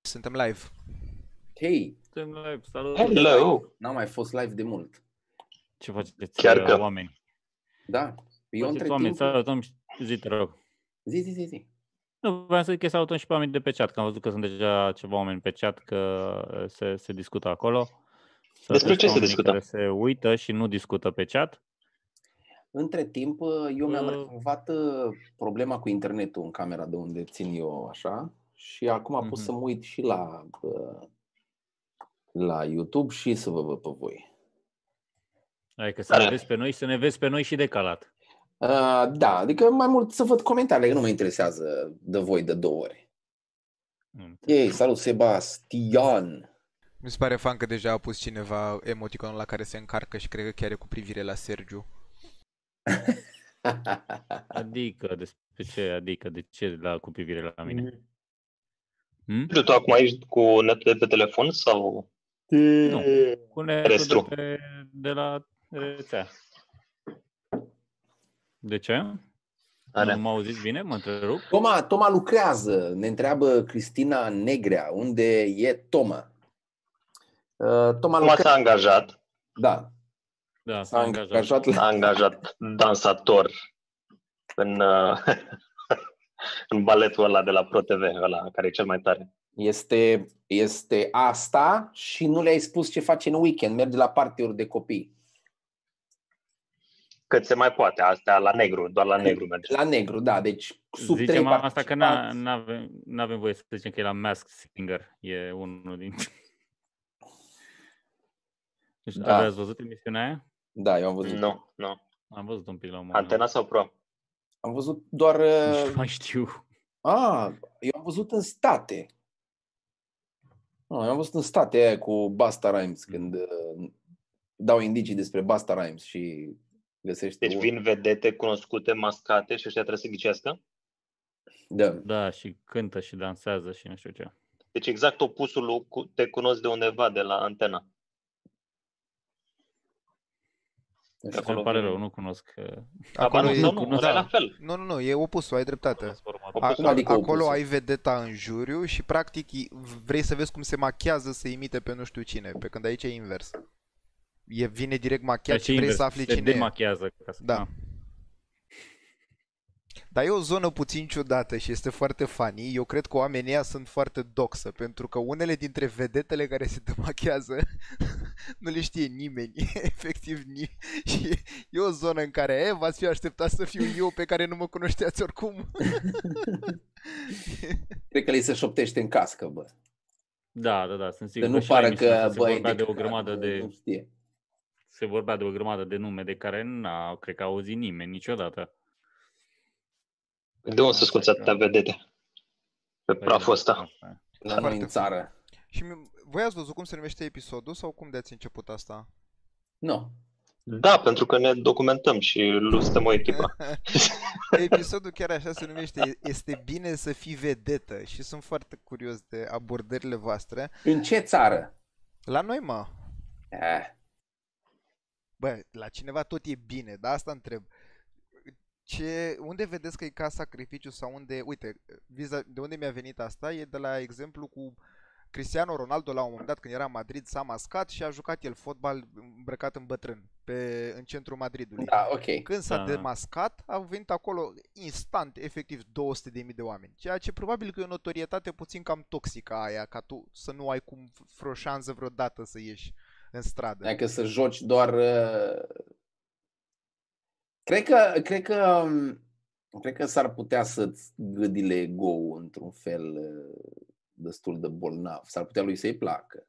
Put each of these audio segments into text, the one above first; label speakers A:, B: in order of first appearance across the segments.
A: suntem live.
B: Hei,
C: Suntem live, salut!
D: Hello!
B: n-am mai fost live de mult.
C: Ce faceți,
D: Chiar
C: uh,
D: că-
C: oameni?
B: Da, eu
C: Faceți
B: între
C: oameni,
B: timp...
C: salutăm și zi, te rog.
B: Zi, zi, zi, zi.
C: Nu, vreau să zic că salutăm și pe oameni de pe chat, că am văzut că sunt deja ceva oameni pe chat, că uh, se, se discută acolo. Să
D: Despre
C: vezi
D: ce se
C: oamenii
D: discută?
C: Care se uită și nu discută pe chat.
B: Între timp, eu mi-am
C: Uh.
B: rezolvat uh, problema cu internetul în camera de unde țin eu așa și acum pot
C: Mhm.
B: să mă uit și la, uh, la YouTube și să vă văd pe voi.
C: Adică să
D: Tare.
C: ne vezi pe noi, să ne vezi pe noi și decalat.
B: Uh, Da, adică mai mult să văd comentariile, că nu mă interesează de voi de două ori.
C: Mm.
B: Ei, salut Sebastian!
A: Mi se pare fan că deja a pus cineva emoticonul la care se încarcă și cred că chiar e cu privire la Sergiu.
C: Adică, despre ce, adică, de ce la, cu privire la mine? Hm?
D: Nu știu, tu acum ești cu netul de pe telefon sau...
C: Nu. Cu netul
D: Restru.
C: de, pe, de la rețea. De ce?
D: Are.
C: Nu mă auziți bine? Mă întrerup?
B: Toma, Toma lucrează, ne întreabă Cristina Negrea, unde e Toma? Uh, Toma
D: Acum s-a
B: lucrează,
D: angajat,
B: da,
C: Da,
B: s-a angajat la...
D: a angajat dansator în, uh, în baletul ăla de la ProTV, ăla care e cel mai tare.
B: Este, este asta și nu le-ai spus ce face în weekend, merge la partiuri de copii.
D: Cât se mai poate, astea la negru, doar la negru merge.
B: La negru, da, deci sub trei
C: Zicem asta că
B: participanți.
C: nu avem n-avem voie să zicem că e la Mask Singer. E unul din... Deci,
B: Da.
C: da. Ați văzut emisiunea aia?
B: Da, eu am văzut.
D: Nu, nu.
C: Am văzut un pic la un moment
D: Antena sau pro?
B: Am văzut doar...
C: dat.
B: uh,
C: Nici nu mai știu.
B: A, Ah, eu am văzut în state. A, eu am văzut în state aia cu Basta Rhymes,
C: Mm.
B: când uh, dau indicii despre Basta Rhymes și găsește...
D: Deci
B: un-
D: vin vedete cunoscute, mascate și ăștia trebuie să ghicească?
B: Da.
C: Da, și cântă și dansează și nu știu ce.
D: Deci exact opusul lui cu- te cunosc de undeva, de la antena.
C: Și
D: Acolo
C: îmi pare
D: vin-
C: rău, nu cunosc. uh,
A: Da.
D: Acolo
A: e-
D: nu, nu, nu,
A: da.
D: da. e la fel.
A: Nu, nu, nu, e opusul, ai dreptate.
C: transformatul.
D: Opusul.
A: Acum,
B: Cum adică
A: acolo
B: opusul?
A: ai vedeta în juriu și practic i- vrei să vezi cum se machează să imite pe nu știu cine, pe când aici e invers. E vine direct machiat
C: Dar
A: și vrei
C: și Deci, invers,
A: să afli
C: se
A: cine e.
C: demachează. Ca să...
A: Da.
C: Ah.
A: Dar e o zonă puțin ciudată și este foarte funny. Eu cred că oamenii ăia sunt foarte doxă, pentru că unele dintre vedetele care se demachează nu le știe nimeni, efectiv nimeni. Și e- e o zonă în care, e, v-ați fi așteptat să fiu eu pe care nu mă cunoșteați oricum.
B: Cred că le se șoptește în cască, bă.
C: Da, da, da, sunt
B: Că
C: sigur.
B: nu
C: și la
B: pară
C: emisiune
B: că,
C: se
B: bă, e
C: vorbea de o
B: căcat,
C: grămadă
B: bă,
C: de
B: Nu știe.
C: se vorbea de o grămadă de nume de care n-a, cred că a auzit nimeni niciodată.
D: De unde să scoți
B: da.
D: atâtea vedete? Pe
C: Păi
D: praful
C: da,
D: ăsta.
C: asta e.
B: La noi
A: Foarte
B: în țară.
A: Și mi- voi ați văzut cum se numește episodul sau cum de-ați început asta?
B: Nu.
D: Da, pentru că ne documentăm și lu- suntem o echipă.
A: Episodul chiar așa se numește Este bine să fii vedetă și sunt foarte curios de abordările voastre.
B: În ce țară?
A: La noi, mă,
B: Eh,
A: Bă, la cineva tot e bine, dar asta întreb. Ce, unde vedeți că e ca sacrificiu sau unde, uite, viza, de unde mi-a venit asta e de la exemplu cu Cristiano Ronaldo la un moment dat când era în Madrid s-a mascat și a jucat el fotbal îmbrăcat în bătrân pe, în centrul Madridului.
B: Da, ok.
A: Când s-a
C: Da.
A: demascat, au venit acolo instant, efectiv, 200.000 de oameni. Ceea ce probabil că e o notorietate puțin cam toxică aia, ca tu să nu ai cum vreo șansă vreodată să ieși în stradă.
B: Dacă să joci doar... uh, Cred că, cred că, um, cred că s-ar putea să-ți gâdile ego într-un fel uh, destul de bolnav. S-ar putea lui să-i placă.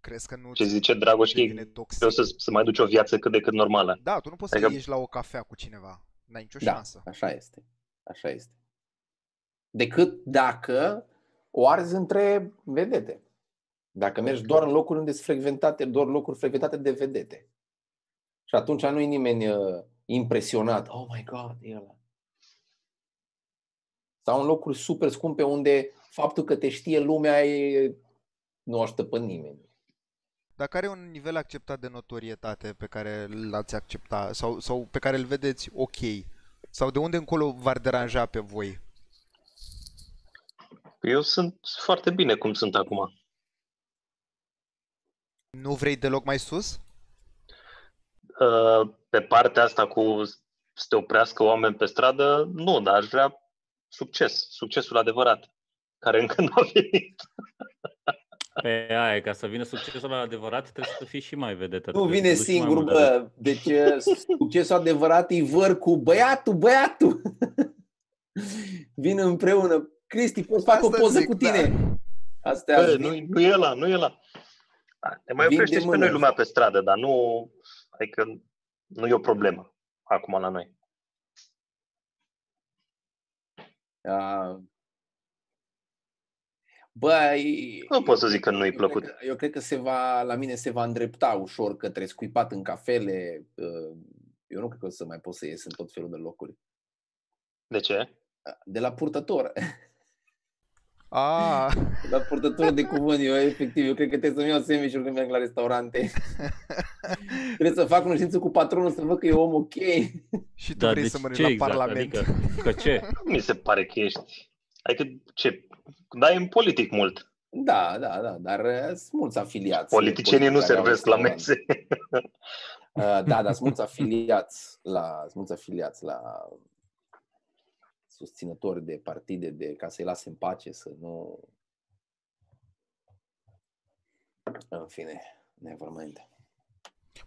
A: Crezi că nu
D: Ce
A: ți-
D: zice Dragoș Chic,
A: devine toxic?
D: Trebuie să, să mai duci o viață cât de cât normală.
A: Da, tu nu poți să
D: Adică-
A: ieși la o cafea cu cineva. N-ai nicio
B: Da,
A: șansă.
B: așa este. Așa este. Decât dacă o arzi între vedete. Dacă mergi doar în locuri unde sunt frecventate, doar locuri frecventate de vedete. Și atunci nu e nimeni uh, impresionat. Oh my god, e ăla. Sau în locuri super scumpe unde faptul că te știe lumea e... nu aștept pe nimeni.
A: Dar care e un nivel acceptat de notorietate pe care l-ați accepta sau, sau pe care îl vedeți ok? Sau de unde încolo v-ar deranja pe voi?
D: Eu sunt foarte bine cum sunt acum.
A: Nu vrei deloc mai sus?
D: Uh, Pe partea asta cu să te oprească oameni pe stradă, nu, dar aș vrea succes, succesul adevărat, care încă nu a venit.
C: Pe aia, ca să vină succesul la adevărat, trebuie să fii și mai vedetă.
B: Nu vine
C: trebuie să te duci mai
B: singur,
C: mult la
B: bă. Deci uh, succesul adevărat e văr cu băiatul, băiatul. Vin împreună. Cristi, poți fac o
A: Asta
B: poză
A: zic,
B: cu
A: da.
B: tine. Astea
D: Bă,
B: aș
D: nu,
B: Da, vin.
D: nu e la, nu e la. Da, Ne mai
B: Vin
D: oprește
B: de
D: și pe
B: mână.
D: noi lumea pe stradă, dar nu, adică nu e o problemă acum la noi.
B: A... Bă, e-
D: Nu pot să zic că nu-i
B: eu cred
D: plăcut.
B: că- Eu cred că se va, la mine se va îndrepta ușor către scuipat în cafele. uh, Eu nu cred că o să mai pot să ies în tot felul de locuri.
D: De ce?
B: De la purtător.
A: A,
B: De La purtător de cuvânt, eu efectiv, eu cred că trebuie să-mi iau sandwich când merg la restaurante. Trebuie să fac cunoștință cu patronul să văd că e om ok.
A: și tu
C: Da,
A: vrei
C: deci
A: să mănânci
C: ce
A: la
C: exact?
A: parlament.
C: Adică, că ce?
D: Nu mi se pare că ești... Adică ce? Dai în politic mult.
B: Da, da, da, dar uh, sunt mulți afiliați.
D: Politicienii nu
B: Care au
D: servesc la
B: restaurante.
D: mese.
B: Uh, da, dar sunt mulți afiliați la, sunt mulți afiliați la susținători de partide de ca să-i lase în pace, să nu... În fine, nevermind.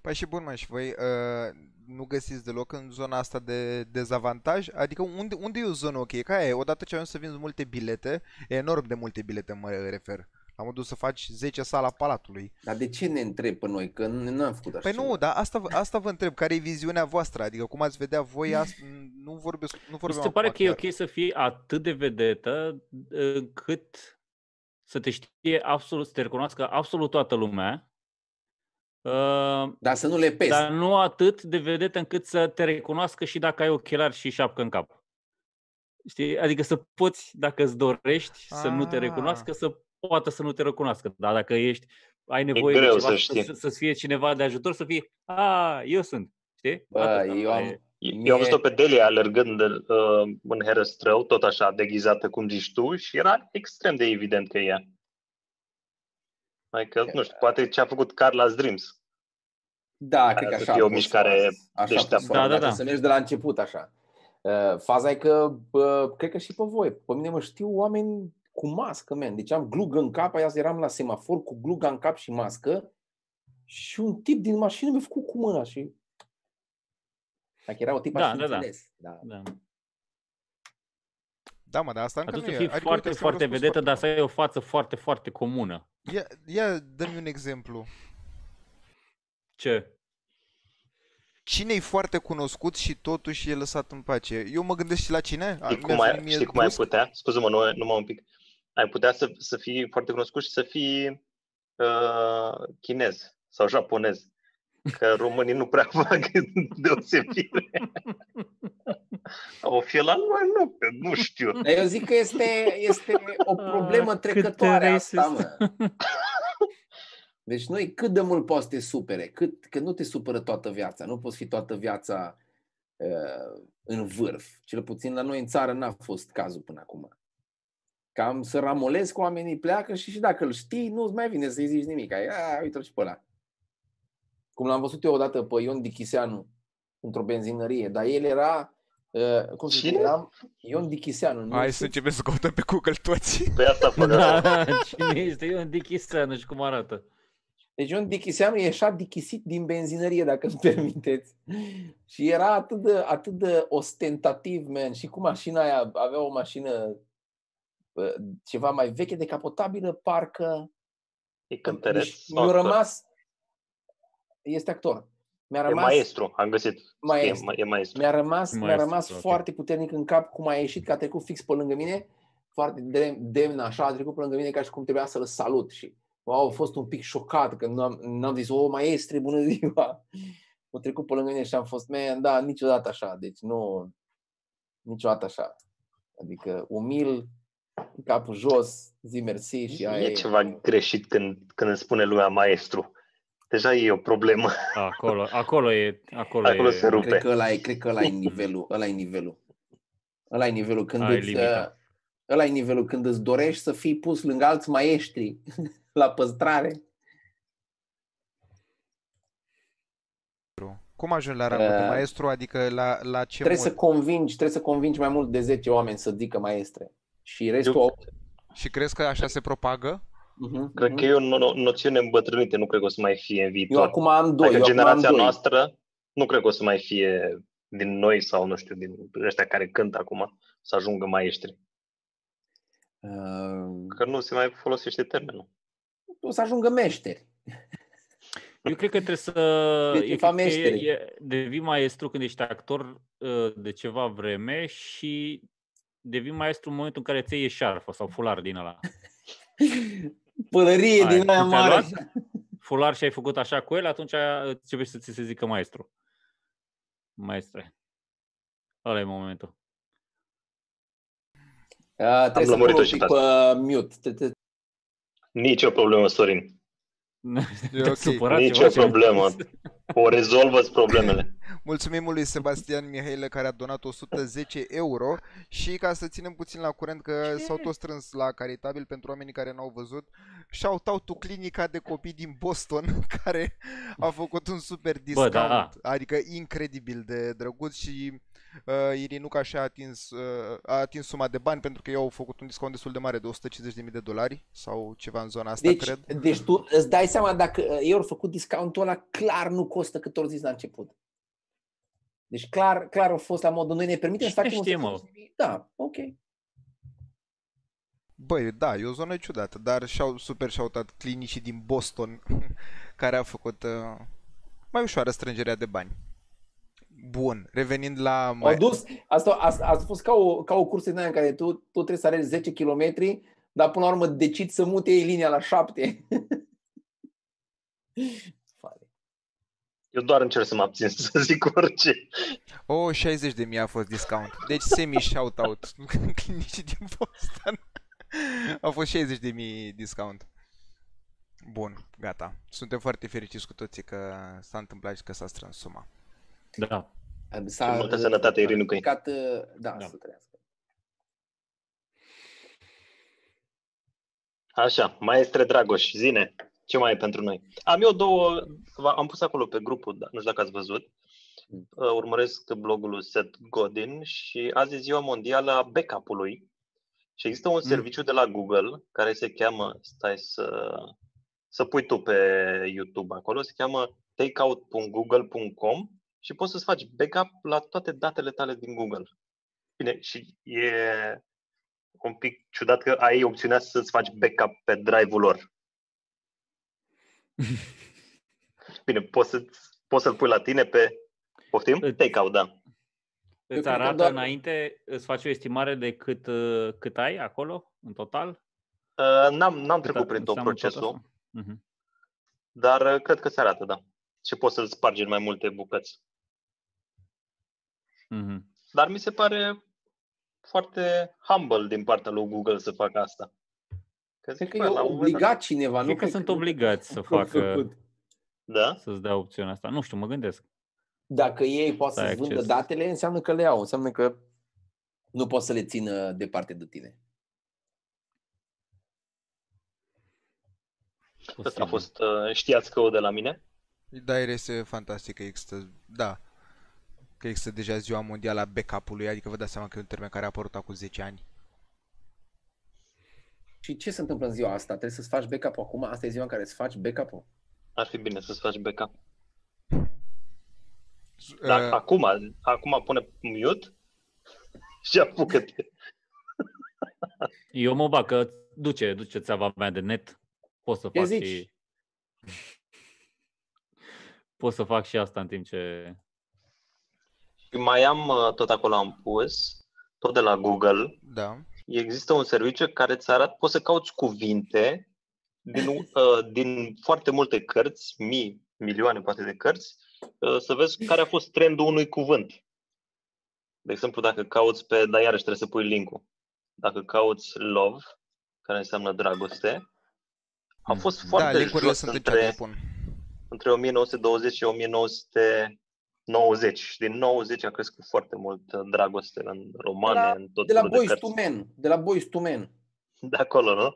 A: Păi și bun, mă, și voi uh, nu găsiți deloc în zona asta de dezavantaj? Adică unde, unde e o zonă ok? Ca aia e, odată ce ajungi să vinzi multe bilete, enorm de multe bilete mă refer. La modul să faci 10 sala palatului.
B: Dar de ce ne întreb pe noi? Că nu nu am făcut așa
A: Păi nu,
B: ceva.
A: dar asta, vă- asta vă întreb, care e viziunea voastră? Adică cum ați vedea voi, asta, nu vorbesc, nu
C: Mm. Mi
A: vorbim
C: se pare
A: acum
C: că e
A: chiar.
C: ok să fii atât de vedetă încât să te știe absolut, să te recunoască absolut toată lumea. Uh,
B: Dar să nu le pesi.
C: Dar nu atât de vedetă încât să te recunoască și dacă ai ochelari și șapcă în cap. Știi? Adică să poți, dacă îți dorești să nu te
A: Ah.
C: recunoască, să poată să nu te recunoască. Dar dacă ești, ai nevoie
D: greu
C: de ceva, să,
D: să știi.
C: să, să fie cineva de ajutor, să fie, a, eu sunt. Știi?
B: Bă,
C: Atâta.
B: eu am,
D: Eu am
B: Mie-
D: văzut-o pe Delia alergând uh, în herăstrău, tot așa, deghizată cum zici tu, și era extrem de evident că e ea. Adică, nu știu, poate ce a făcut Carla's Dreams.
B: Da, cred că
D: ar
B: așa.
D: fi o
B: a fost
D: mișcare
B: faza. așa a fost
D: deșteaptă.
B: faza,
C: Da, da,
B: dacă
C: da.
B: Să mergi de la început așa. Uh, Faza e că, bă, cred că și pe voi, pe mine mă știu oameni cu mască, man. Deci am glugă în cap, aia eram la semafor cu gluga în cap și mască și un tip din mașină mi-a făcut cu mâna și... Dacă era o tip
C: Da,
B: aș fi
C: da, da.
B: înțeles. Da.
C: Da.
A: Da, mă, dar asta încă
C: Atunci
A: nu
C: să
A: e.
C: fii
A: Adică,
C: foarte,
A: uite,
C: foarte
A: s-au răspuns
C: vedetă, dar să
A: foarte
C: ai o față foarte, foarte comună.
A: bun. Ia, ia dă-mi un exemplu.
C: Ce?
A: Cine e foarte cunoscut și totuși e lăsat în pace? Eu mă gândesc și la cine? A,
D: Știi
A: mi-a
D: cum, ai,
A: venit mie
D: știi cum ai
A: brusc.
D: putea? Scuze-mă, nu, numai un pic. Ai putea să, să fii foarte cunoscut și să fii uh, chinez sau japonez. Că românii nu prea fac deosebire. o fi la noi, nu, că nu știu.
B: Dar eu zic că este, este o problemă
C: Ah, cât de
B: trecătoare asta,
C: racist.
B: mă. Deci noi cât de mult poți să te supere, cât, că nu te supără toată viața, nu poți fi toată viața uh, în vârf. Cel puțin la noi în țară n-a fost cazul până acum. Cam să ramolezi cu oamenii pleacă și, și dacă îl știi, nu-ți mai vine să-i zici nimic. Ai, a, uite-l și pe ăla. Cum l-am văzut eu odată pe Ion Dichiseanu într-o benzinărie, dar el era, uh, cum să zic,
D: Cine?
B: eram Ion Dichiseanu. nu
A: Hai să
B: știu.
A: începem să căutăm pe Google toți.
D: Pe Păi asta fac.
C: Da, da, cine este? Eu în Dichiseanu și cum arată.
B: Deci un dichiseanu ieșea dichisit din benzinărie, dacă îmi permiteți. Și era atât de, atât de ostentativ, man. Și cu mașina aia, avea o mașină bă, ceva mai veche, decapotabilă, parcă.
D: E cântăreț.
B: Deci mi-a
D: sau actor.
B: rămas... Este actor. Mi-a
D: E
B: rămas...
D: maestru, am găsit.
B: Maestru.
D: E, e maestru.
B: Mi-a rămas, mi-a
C: Maestru,
B: rămas
C: ok.
B: foarte puternic în cap cum a ieșit, că a trecut fix pe lângă mine, foarte demn, demn așa, a trecut pe lângă mine ca și cum trebuia să-l salut și wow, a fost un pic șocat că nu am, n-am zis, o, maestre, bună ziua! A trecut pe lângă mine și am fost, man, da, niciodată așa, deci nu, niciodată așa. Adică umil, capul jos, zi mersi și aia
D: E ceva greșit când, când îmi spune lumea maestru. Deja e o problemă.
C: Acolo, acolo e.
B: Păi,
C: Acolo,
D: Acolo
C: e.
D: se rupe.
B: Cred că ăla e, cred că ăla e nivelul, ăla e nivelul. Ăla e nivelul când
C: Aia e
B: îți, uh,
C: limita.
B: Ăla e nivelul când îți dorești să fii pus lângă alți maestri la păstrare.
A: Cum ajungi la rangul de
B: Uh,
A: maestru? Adică la, la ce
B: Trebuie
A: mod?
B: să convingi, trebuie să convingi mai mult de 10 oameni să zică maestre. Și restul
D: Eu-
B: au...
A: Și crezi că așa se propagă?
B: Mhm,
D: Cred
B: mhm.
D: că e o no- no- noțiune îmbătrânită, nu cred că o să mai fie în viitor.
B: Eu acum am doi.
D: adică
B: eu acum am
D: generația
B: doi.
D: noastră nu cred că o să mai fie din noi sau nu știu, din ăștia care cântă acum să ajungă maestri.
B: Uh,
D: Că nu se mai folosește termenul.
B: o să ajungă meșteri.
C: Eu cred că trebuie să...
B: Fii-
C: eu
B: fii fa
C: cred că e,
B: meșteri.
C: e, devii maestru când ești actor uh, de ceva vreme și devii maestru în momentul în care ți iei șarfă sau fular din ăla.
B: Pălărie
C: Hai,
B: din aia
C: ți-a
B: mare.
C: luat? Fular și ai făcut așa cu el, atunci începe să ți se zică maestru. Maestre. Ăla e momentul.
B: Uh, trebuie să
D: lămurit-o
B: pun un
D: și
B: pic
D: pe
B: pe mute. Tre- tre-
D: Nici o problemă, Sorin.
A: E
C: Te-a
A: ok.
C: supărat
D: Nici
C: ceva
D: o
C: ce am
D: problemă.
C: spus?
D: O rezolvă-ți problemele.
A: Mulțumim lui Sebastian Mihailă care a donat 110 euro și ca să ținem puțin la curent că
C: Ce?
A: s-au tot strâns la caritabil pentru oamenii care n-au văzut shout out clinica de copii din Boston care a făcut un super discount,
C: da.
A: adică incredibil de drăguț și uh, Irinuca și-a atins, uh, a atins suma de bani pentru că eu au făcut un discount destul de mare de 150.000 de dolari sau ceva în zona asta,
B: Deci,
A: cred.
B: deci tu îți dai seama dacă uh, ei au făcut discountul ăla, clar nu costă cât ori zis la început. Deci clar, clar au fost la modul, noi ne permitem să
C: Cine
B: facem... un
C: știe, mă?
B: sacrificiu. Da, ok.
A: Băi, da, e o zonă ciudată, dar și-au super și-au clinicii din Boston care a făcut uh, mai ușoară strângerea de bani. Bun, revenind la
B: Au
A: mai...
B: dus, asta, asta, asta a fost ca o, ca o cursă din aia în care tu, tu trebuie să alergi 10 km, dar până la urmă decizi să mute ei linia la 7.
D: Eu doar încerc să mă abțin să zic orice.
A: Oh, 60 de mii a fost discount. Deci semi shout out clinicii din Boston. Au fost 60 de mii discount. Bun, gata. Suntem foarte fericiți cu toții că s-a întâmplat și că s-a strâns suma.
C: Da.
B: S-a,
D: Multă sănătate, Irinu Căin.
B: Da, da.
C: Da.
B: să trăiască.
D: Așa, maestre Dragoș, zine, ce mai e pentru noi? Am eu două, v- am pus acolo pe grupul, da- nu știu dacă ați văzut. Uh, Urmăresc blogul lui Seth Godin și azi e ziua mondială a backup-ului și există un
C: Mm.
D: serviciu de la Google care se cheamă, stai să, să pui tu pe YouTube acolo, se cheamă takeout.google.com și poți să-ți faci backup la toate datele tale din Google. Bine, și e un pic ciudat că ai opțiunea să-ți faci backup pe drive-ul lor. Bine, poți, să, poți să-l pui la tine pe... Poftim?
C: Îți-
D: Take-out, da.
B: cred
C: Îți
B: că
C: arată
B: doar-
C: înainte, îți faci o estimare de cât, uh, cât ai acolo, în total?
D: Uh, N-am,
C: Cât
D: n-am trecut
C: a-
D: prin tot
C: înseamnă tot
D: procesul,
C: asta? Mhm.
D: dar uh, cred că se arată, da. Și poți să-l spargi în mai multe bucăți.
C: Mhm.
D: Dar mi se pare foarte humble din partea lui Google să facă asta. Că
B: Cred
D: zic,
B: că
D: bă,
B: e
D: la un moment dat-
B: obligat cineva. nu
C: Cred că sunt obligați să
B: că au
C: facă,
B: făcut.
D: Da?
C: să-ți dea opțiunea asta. Nu știu, mă gândesc.
B: Dacă ei pot
C: Să ai
B: să vândă
C: acces.
B: datele, înseamnă că le au. Înseamnă că nu pot să le țină departe de tine.
D: Asta
C: Posibil.
D: a fost, uh, știați că o de la mine?
A: Da, este fantastic că există, da, că există deja ziua mondială a backup-ului, adică vă dați seama că e un termen care a apărut acum 10 ani.
B: Și ce se întâmplă în ziua asta? Trebuie să-ți faci backup-ul acum? Asta e ziua în care îți faci backup-ul?
D: Ar fi bine să-ți faci backup. Dar
A: Uh,
D: acum, acum pune mute și apucă-te.
C: Eu mă bag că duce, duce țeava mea de net. Pot să
B: Ce
C: fac
B: zici?
C: și... Pot să fac și asta în timp ce...
D: Și mai am, uh, tot acolo am pus, tot de la Google,
A: da.
D: există un serviciu care îți arată, poți să cauți cuvinte din, uh, din foarte multe cărți, mii, milioane poate de cărți, uh, să vezi care a fost trendul unui cuvânt. De exemplu, dacă cauți pe, dar iarăși trebuie să pui linkul. Dacă cauți love, care înseamnă dragoste, a fost
C: Da,
A: foarte da, linkurile
D: jos
A: sunt în chat,
D: între,
A: le pun.
D: între 1920 și 1900 90. Din 90 a crescut foarte mult uh, dragoste în romane,
B: De la-
D: în tot
B: De la
D: felul
B: Boys
D: cărți.
B: to Men. De la Boys to Men.
D: De acolo, nu?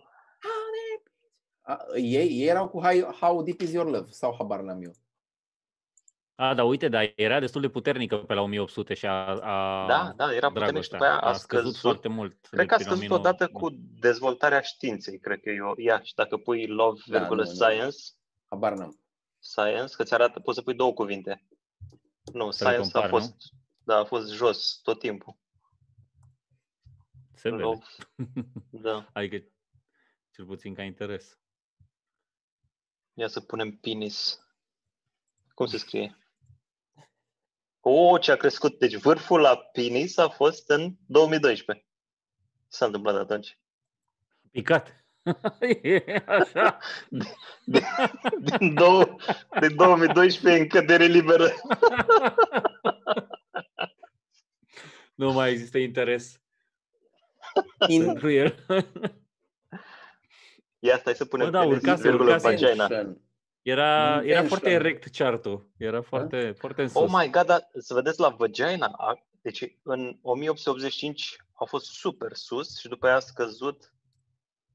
B: A, ei, ei erau cu How, How Deep Is Your Love sau habar n-am eu.
C: A, da, uite, dar era destul de puternică pe la 1800 și a, a
D: Da, da, era puternic și
C: dragostea.
D: după aia a
C: Ah, scăzut
D: scăzut.
C: foarte mult.
D: Cred că a
C: prin
D: scăzut
C: 1900.
D: odată cu dezvoltarea științei, cred că eu. Ia, și dacă pui love,
B: Da,
D: virgulă,
B: nu, nu.
D: science,
B: Habar n-am.
D: science, că ți arată, poți să pui două cuvinte. Nu,
C: Să le
D: science a
C: compari, nu?
D: fost, da, a fost jos tot timpul.
C: Se vede.
D: Love, da.
C: Adică, cel puțin ca interes.
D: Ia să punem penis. Cum se scrie? O, ce a crescut. Deci vârful la penis a fost în 2012. Ce s-a întâmplat atunci?
C: Picat. e așa.
D: Din, dou- din 2012 în cădere liberă.
C: nu mai există interes
B: In
C: pentru el.
D: Ia stai să punem
C: Bă, da,
D: penis,
C: urcase,
D: virgulă,
C: urcase.
D: vagina.
B: Intention.
C: Era, era
B: Intention.
C: foarte erect chartul. Era foarte, foarte în sus.
D: Oh my god, dar să vedeți la vagina, a- deci în 1885 a fost super sus și după aia a scăzut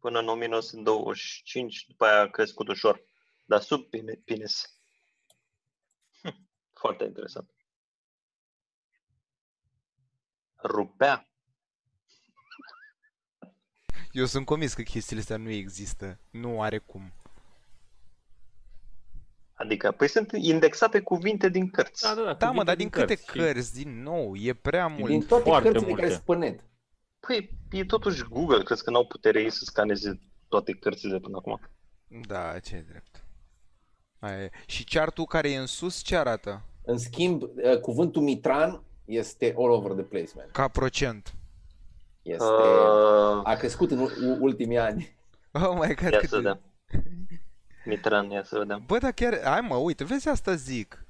D: până în 1925, după aia a crescut ușor, dar sub pene- penis. Hm, Foarte interesant. Rupea.
A: Eu sunt convins că chestiile astea nu există. Nu are cum.
D: Adică, păi sunt indexate cuvinte din cărți.
C: da, da,
A: Da, mă,
C: cuvinte
A: dar din câte
C: și-
A: cărți, din nou, e prea mult.
B: Din toate
C: Foarte
B: cărțile
C: multe.
B: care sunt pe net.
D: Păi, e totuși Google, crezi că n-au putere ei să scaneze toate cărțile până acum.
A: Da, ce drept. Aia e. Și chartul care e în sus ce arată?
B: În schimb, uh, cuvântul mitran este all over the place, man.
A: Ca procent.
B: Este...
D: Uh,
B: A crescut în u- ultimii ani.
A: Oh my god,
D: Ia
A: cât
D: să
A: de-
D: vedem. Mitran, ia să vedem.
A: Bă, dar chiar, hai mă, uite, vezi asta zic.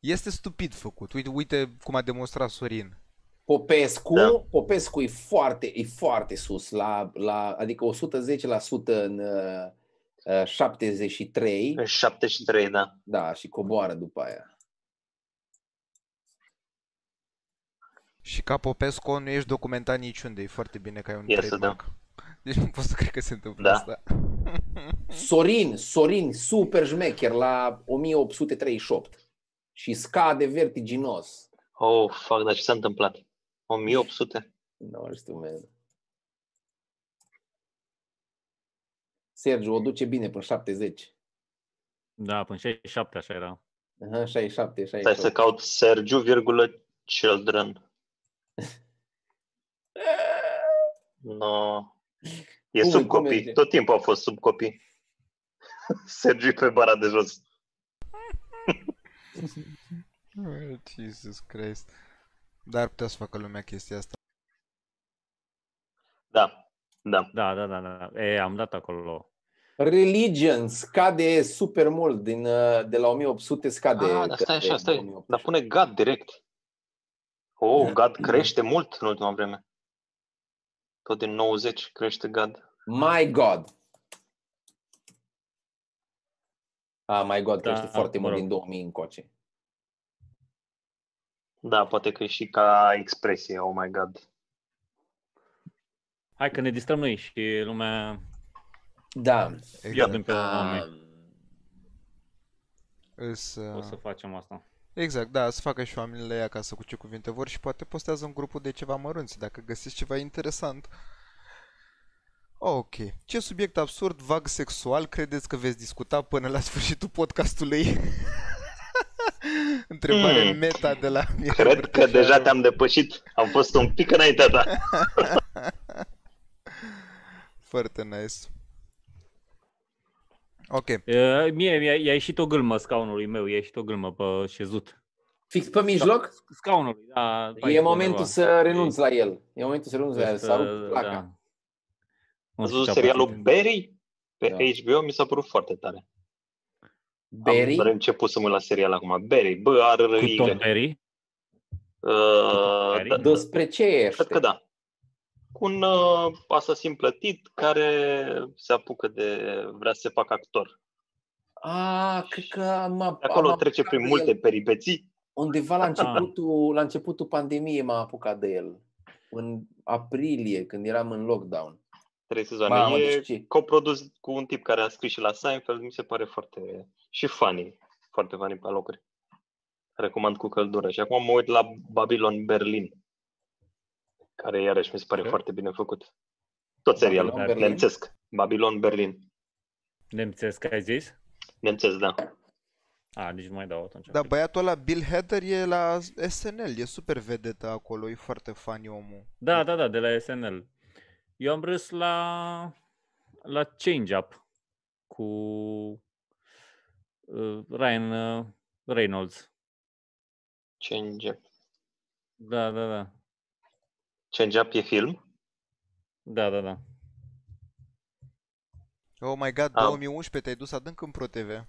A: Este stupid făcut. Uite, uite cum a demonstrat Sorin.
B: Popescu,
D: Da.
B: Popescu e foarte, e foarte sus, la, la, adică 110% în uh, uh, 73,
D: În 73, da.
B: da, și coboară după aia.
A: Și ca Popescu nu ești documentat niciunde. E foarte bine că ai un
D: Ia să
A: trademark. Deci nu pot să cred că se întâmplă
D: Da.
A: asta.
B: Sorin, Sorin, super șmecher la 1838 și scade vertiginos.
D: Oh, fuck, dar ce s-a întâmplat? 1800?
B: Nu știu, man. Sergiu o duce bine până 70.
C: Da, până 67 așa era.
B: Aha, 67,
D: Stai să
B: 68.
D: caut Sergiu, virgulă, children.
B: Eh,
D: No. E
B: Cum-
D: sub
B: cum
D: copii.
B: merge?
D: Tot timpul a fost sub copii. Sergiu e pe bara de jos.
A: Jesus Christ. Dar putea să facă lumea chestia asta.
D: Da, da.
C: Da, da, da, da. E, am dat acolo.
B: Religion scade super mult din, uh, de la 1800 scade.
D: Ah, dar stai
B: către
D: așa, stai.
B: 2018.
D: Dar pune God direct. Oh, God crește mult în ultima vreme. Tot din 90 crește God.
B: My God. Ah, my God,
C: Da,
B: crește foarte
C: mă
B: mult
C: rog.
B: din 2000 încoace.
D: Da, poate că e și ca expresie, oh my god.
C: Hai că ne distrăm noi și lumea
B: Da.
C: Ia
A: Exact.
C: din pe
B: Ah,
C: oameni.
A: Îs,
C: O
A: uh,
C: să facem asta.
A: Exact, da, să facă și oamenile aia acasă cu ce cuvinte vor și poate postează în grupul de ceva mărunți, dacă găsiți ceva interesant. Ok. Ce subiect absurd, vag sexual, credeți că veți discuta până la sfârșitul podcastului? Întrebare
D: Hmm.
A: meta de la...
D: Cred că deja te-am depășit. Am fost un pic înaintea ta.
A: Foarte nice. Ok.
C: E, mie mi-a i-a ieșit o gâlmă scaunului meu, i-a ieșit o gâlmă pe șezut.
B: Fix pe mijloc?
C: Scaunului, da. pe aici
B: E momentul
C: undeva.
B: să renunț la el. E momentul să renunț la el.
C: Este,
B: Să arunc
C: da.
B: placa.
C: Nu știu
D: Ați
C: ce
D: văzut
C: a
D: serialul
C: pățit.
D: Barry? Pe
B: Da.
D: HBO mi s-a părut foarte tare. Am doar
B: Barry?
D: început să mă uit la serial acum. Barry, bă, are
C: Cu Tom Perry? Barry?
D: uh,
B: Despre ce ești?
D: Cred că da. Cu un uh, asasin plătit care se apucă de... vrea să se facă actor.
B: Ah, cred că am...
D: De acolo
B: am
D: trece
B: apucat
D: prin
B: de
D: multe
B: el.
D: peripeții
B: Undeva la începutul, la începutul pandemiei m-am apucat de el. În aprilie, când eram în lockdown.
D: Trei sezoane.
B: Mamă,
D: e
B: deci ce-
D: coprodus cu un tip care a scris și la Seinfeld, mi se pare foarte și funny, foarte funny pe locuri. Recomand cu căldură. Și acum mă uit la Babylon Berlin, care iarăși mi se pare
C: Ce?
D: foarte bine făcut. Tot serialul,
B: Babylon
D: Babylon
B: Berlin?
D: nemțesc. Babylon Berlin.
C: Nemțesc, ai zis?
D: Nemțesc, da.
C: A, nici nu mai dau atunci.
A: Dar băiatul ăla, Bill Hader, e la SNL, e super vedetă acolo, e foarte funny omul.
C: Da, da, da, de la SNL. Eu am râs la, la Change Up cu uh, Ryan uh, Reynolds.
D: Change Up.
C: Da, da, da.
D: Change Up e film?
C: Da, da, da.
A: Oh my god,
D: Am.
A: 2011 te-ai dus adânc în ProTV.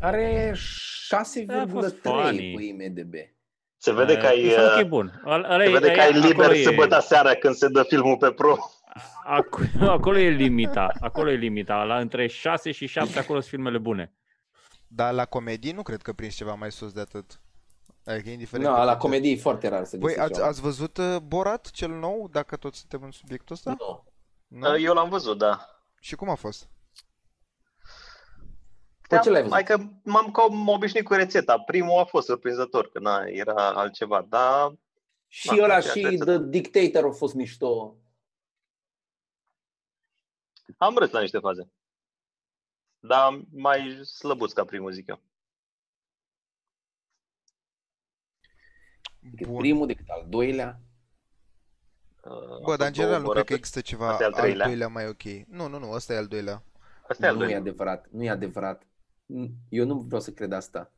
B: Are
C: A fost
B: 6,3
C: funny.
B: pe IMDB.
D: Se vede că ai...
C: e...
D: uh,
C: e bun. Al- Ăla
D: Se
C: e-
D: vede că
C: ăla
D: ai
C: e-
D: liber
C: acolo e-
D: sâmbătă seara când se dă filmul pe pro.
C: Ac- Acolo e limita. Acolo e limita. La între 6 și 7 acolo sunt filmele bune.
A: Dar la comedii nu cred că prinzi ceva mai sus de atât. Adică indiferent.
B: Da,
A: cât
B: la
A: de-
B: comedie e foarte rar să
A: Voi
B: găsești
A: ați,
B: oameni.
A: ați văzut uh, Borat cel nou, dacă tot suntem în subiectul ăsta?
B: Nu.
A: Nu?
D: Eu l-am văzut, da.
A: Și cum a fost?
B: Pe ce
D: Da,
B: l-ai văzut?
D: Adică m-am cam obișnuit cu rețeta. Primul a fost surprinzător, că na, era altceva, dar
B: Și
D: Da,
B: ăla
D: chiar
B: și
D: trebuie
B: The Dictator a fost mișto.
D: am râs la niște faze. Dar mai slăbuț ca primul, zic eu.
B: Decât
A: Bun.
B: primul, decât al doilea.
D: Uh,
A: Bă, dar în general nu cred că există ceva
D: Asta e al
A: al
D: treilea.
A: doilea mai ok. Nu, nu, nu, ăsta e al doilea.
D: Asta e al
B: Nu e
D: doilea.
B: adevărat, nu e adevărat. N- Eu nu vreau să cred asta.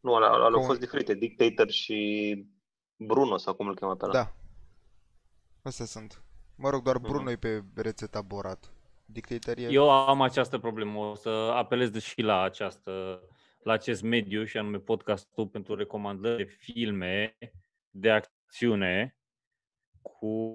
D: Nu, ala, ala, au
A: Bun.
D: fost diferite. Dictator și Bruno, sau cum îl chema pe ăla.
A: Da. Astea sunt. Mă rog, doar
D: Mhm.
A: Bruno e pe rețeta Borat. Dictatorie.
C: Eu am această problemă. O să apelez de- și la această la acest mediu și anume podcastul pentru recomandări de filme de acțiune cu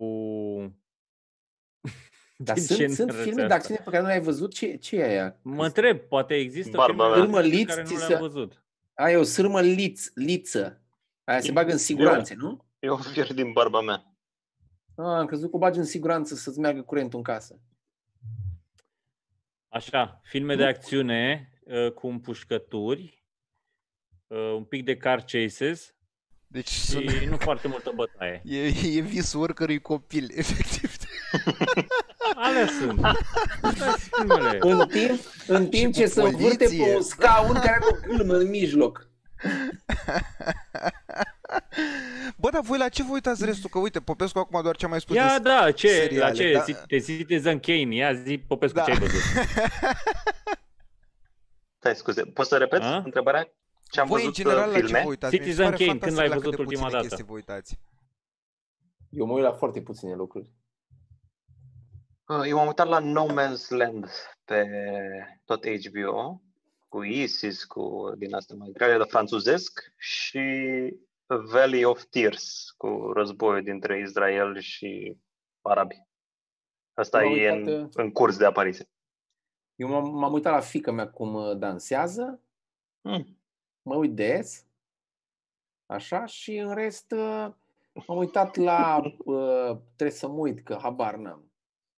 B: Dar
C: De ce
B: sunt,
C: ne
B: sunt
C: arăți
B: filme de
C: asta?
B: acțiune pe care nu le-ai văzut? Ce, ce e aia?
C: Mă întreb, poate există
D: Barbara.
C: filme de acțiune
B: Cârmăliți
C: care
B: ți
C: nu
B: se-
C: le-am văzut.
B: Aia e o sârmă liț, liță. Aia se
D: E-
B: bagă în siguranță, nu?
D: Eu un fier din barba mea.
B: Ah, am crezut că o bagi în siguranță să-ți meargă curentul în casă.
C: Așa, filme de acțiune uh, cu împușcături, uh, un pic de car chases
A: Deci sunt...
C: și nu foarte multă bătaie.
A: E, e visul oricărui copil, efectiv.
C: Alea sunt. Alea sunt filmele.
B: În timp, în timp
A: cu
B: ce se învârte
A: poliție.
B: pe un scaun care are o cârmă în mijloc.
A: Bă, dar voi la ce vă uitați restul? Că uite, Popescu acum doar ce a mai spus
C: Ia
A: des-
C: da, ce,
A: seriale,
C: la ce,
A: da.
C: da. te Citizen Kane, ia zi Popescu
A: Da.
C: ce ai văzut.
D: Stai, scuze. Poți să repeți
C: A?
D: întrebarea? Ce am
A: voi în
D: văzut
A: general
D: uh,
A: la ce
D: filme?
A: vă uitați? Mi se
C: Citizen
A: pare
C: Kane, când
A: fantastic
C: l-ai
A: la cât de
C: văzut ultima
A: puține
C: dată?
A: chestii vă uitați.
B: Eu mă uit la foarte puține lucruri.
D: Uh, Eu m-am uitat la No Man's Land pe tot HBO, cu ISIS, cu din asta mai grele, dar franțuzesc, și Valley of Tears, cu războiul dintre Israel și arabi. Asta
B: M-am
D: e
B: uitat,
D: în,
B: uh,
D: în curs de apariție.
B: Eu m-am, m-am uitat la fica mea cum uh, dansează, Hmm.
D: Mm.
B: mă uit des, așa, și în rest uh, m-am uitat la, uh, trebuie să mă uit, că habar n-am.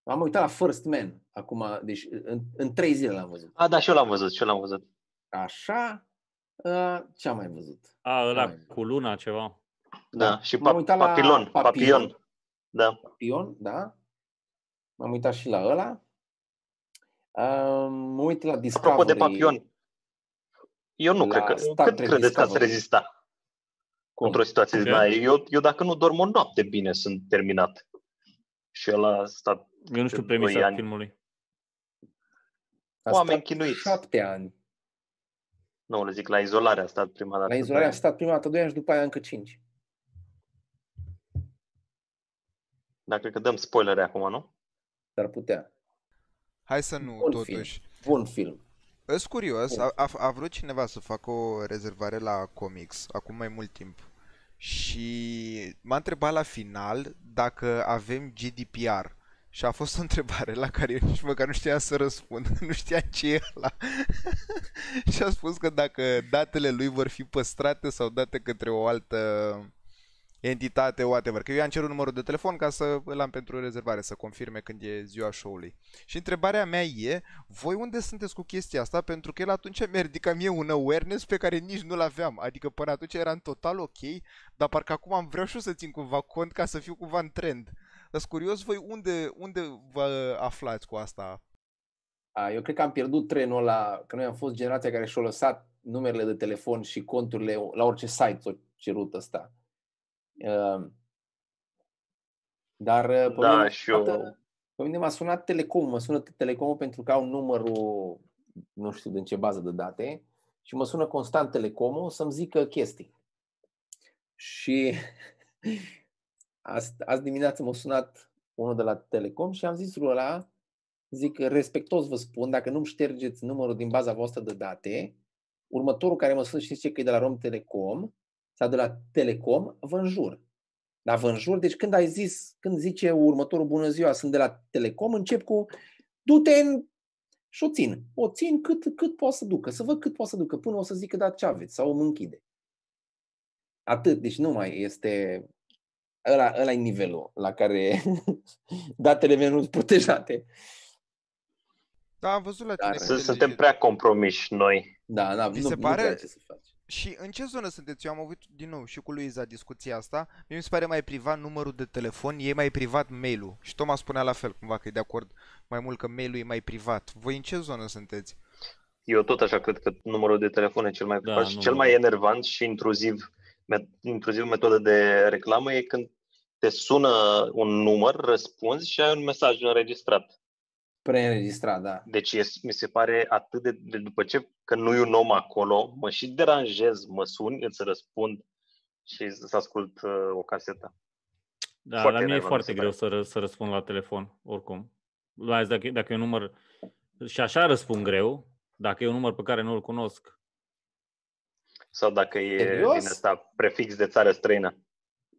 B: M-am uitat la First Man, acum, deci în, în trei zile l-am văzut.
D: A, da, și eu l-am văzut, și eu l-am văzut.
B: Așa, uh, ce am mai văzut?
C: A, ăla
B: Hai.
C: cu luna ceva.
D: Da,
B: Da.
D: și
B: M-am
D: pa-
B: uitat la
D: papilon,
B: Papillon.
D: papilon. Da.
B: Pion, da? M-am uitat și la ăla. Uh, mă uit la Discovery.
D: Apropo de papion, eu nu
B: La
D: cred că...
B: Star
D: Cât
B: Trek
D: credeți că ați
B: Discovery.
D: rezista?
B: Cum?
D: într-o situație din
C: Ok.
D: aia. Eu, eu dacă nu dorm o noapte bine, sunt terminat. Și el a stat
C: Eu nu știu
D: Doi
C: premisa
D: ani.
C: filmului.
B: A
D: oameni
B: stat
D: chinuiți.
B: Șapte ani.
D: Nu, le zic, la izolare a stat prima dată.
B: La izolare a stat prima dată doi ani și după aia încă cinci.
D: Dar cred că dăm spoilere acum, nu?
B: Dar putea.
A: Hai să nu,
B: Bun film.
A: totuși.
B: Bun film.
A: Îs curios,
B: Bun.
A: a, a, a vrut cineva să facă o rezervare la comics, acum mai mult timp. Și m-a întrebat la final dacă avem GDPR. Și a fost o întrebare la care eu nici măcar nu știam să răspund, nu știam ce e ăla. și a spus că dacă datele lui vor fi păstrate sau date către o altă entitate, whatever. Că eu i-am cerut numărul de telefon ca să îl am pentru rezervare, să confirme când e ziua show-ului. Și întrebarea mea e, voi unde sunteți cu chestia asta? Pentru că el atunci mi-a ridicat mie un awareness pe care nici nu-l aveam. Adică până atunci eram total ok, dar parcă acum am vreau și eu să țin cumva cont ca să fiu cumva în trend. Dar curios voi unde, unde vă aflați cu asta?
B: A, eu cred că am pierdut trenul la că noi am fost generația care și-a lăsat numerele de telefon și conturile la orice site o cerut ăsta. Uh, Dar uh, pe
D: Da,
B: mine m-a
D: și
B: sunat,
D: eu-
B: uh, Pe mine m-a sunat Telecom, mă sună Telecom pentru că au numărul, nu știu din ce bază de date, și mă sună constant Telecomul să-mi zică chestii. Și azi, azi dimineață m-a sunat unul de la Telecom și am zis lui ăla, zic, respectos vă spun, dacă nu-mi ștergeți numărul din baza voastră de date, următorul care mă sună știți ce, că e de la Rom Telecom, sau de la Telecom, vă înjur. Dar vă înjur, deci când ai zis, când zice următorul bună ziua, sunt de la Telecom, încep cu du-te în... și o țin. O țin cât, cât poate să ducă, să văd cât poate să ducă, până o să zică da ce aveți sau mă închide. Atât, deci nu mai este... Ăla, ăla e nivelul la care datele mele nu sunt protejate.
A: Da, am văzut la tine.
B: Dar
A: că
B: să-
A: te
D: Sunt- Suntem
A: legit-
D: prea compromiși noi.
B: Da, da,
A: Vi
B: nu,
A: se
B: nu
A: pare-
B: prea ce să faci.
A: Și în ce zonă sunteți? Eu am avut din nou și cu Luiza discuția asta. Mie mi se pare mai privat numărul de telefon, e mai privat mail-ul. Și Toma spunea la fel, cumva că e de acord mai mult că mail-ul e mai privat. Voi în ce zonă sunteți?
D: Eu tot așa cred că numărul de telefon e cel mai
C: Da,
D: da, și
C: nu-
D: cel mai enervant și intruziv, met- intruziv metodă de reclamă e când te sună un număr, răspunzi și ai un mesaj înregistrat.
B: Preînregistrat, da.
D: Deci e, mi se pare atât de, de după ce că nu e un om acolo, mă și deranjez, mă sun, îți răspund și să ascult uh, o casetă.
C: Da,
D: Foarte
C: la mine e
D: enervant,
C: foarte
D: mi se
C: greu să, ră- să răspund la telefon, oricum. Mai ales dacă, dacă e un număr... Și așa răspund greu, dacă e un număr pe care nu-l cunosc.
D: Sau dacă e
B: Serios?
D: din asta prefix de țară străină.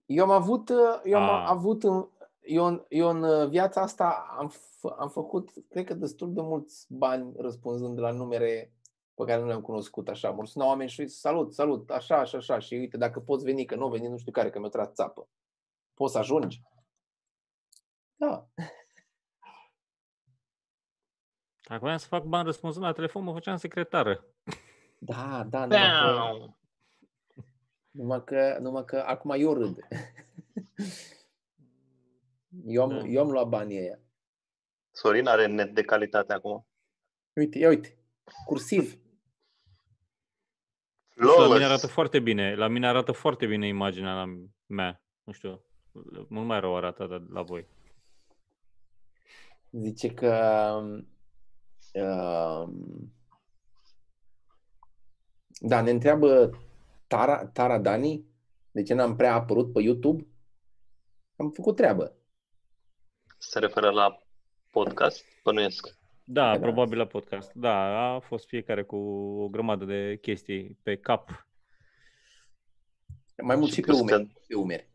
B: Eu am avut, uh, eu am
C: Ah.
B: avut în, eu, în, eu în uh, viața asta am, f- am făcut, cred că destul de mulți bani răspunzând la numere pe care nu le-am cunoscut așa. Mă sunau oameni și zis, salut, salut, așa, așa, așa și uite, dacă poți veni, că nu veni, nu știu care, că mi-a tras țapă. Poți să ajungi? Da.
C: Dacă voiam să fac bani răspunzând la telefon, mă făceam secretară.
B: Da, da, numai că,
D: Wow.
B: numai că, numai că acum eu râd. Eu
C: Ah. Da.
B: am, eu am luat banii aia.
D: Sorin are net de calitate acum.
B: Uite, ia uite, cursiv.
C: Și La mine
D: Flawless.
C: arată foarte bine, la mine arată foarte bine imaginea la mea. Nu știu, mult mai rău arată la- la voi.
B: Zice că um, da, ne întreabă Tara, Tara Dani de ce n-am prea apărut pe YouTube. Am făcut treabă.
D: Se referă la podcast, bănuiesc.
C: Da,
B: Da.
C: probabil la podcast. Da, a fost fiecare cu o grămadă de chestii pe cap.
B: Mai mult
D: Și
B: și pe
D: plus că-
B: umeri. Pe umeri.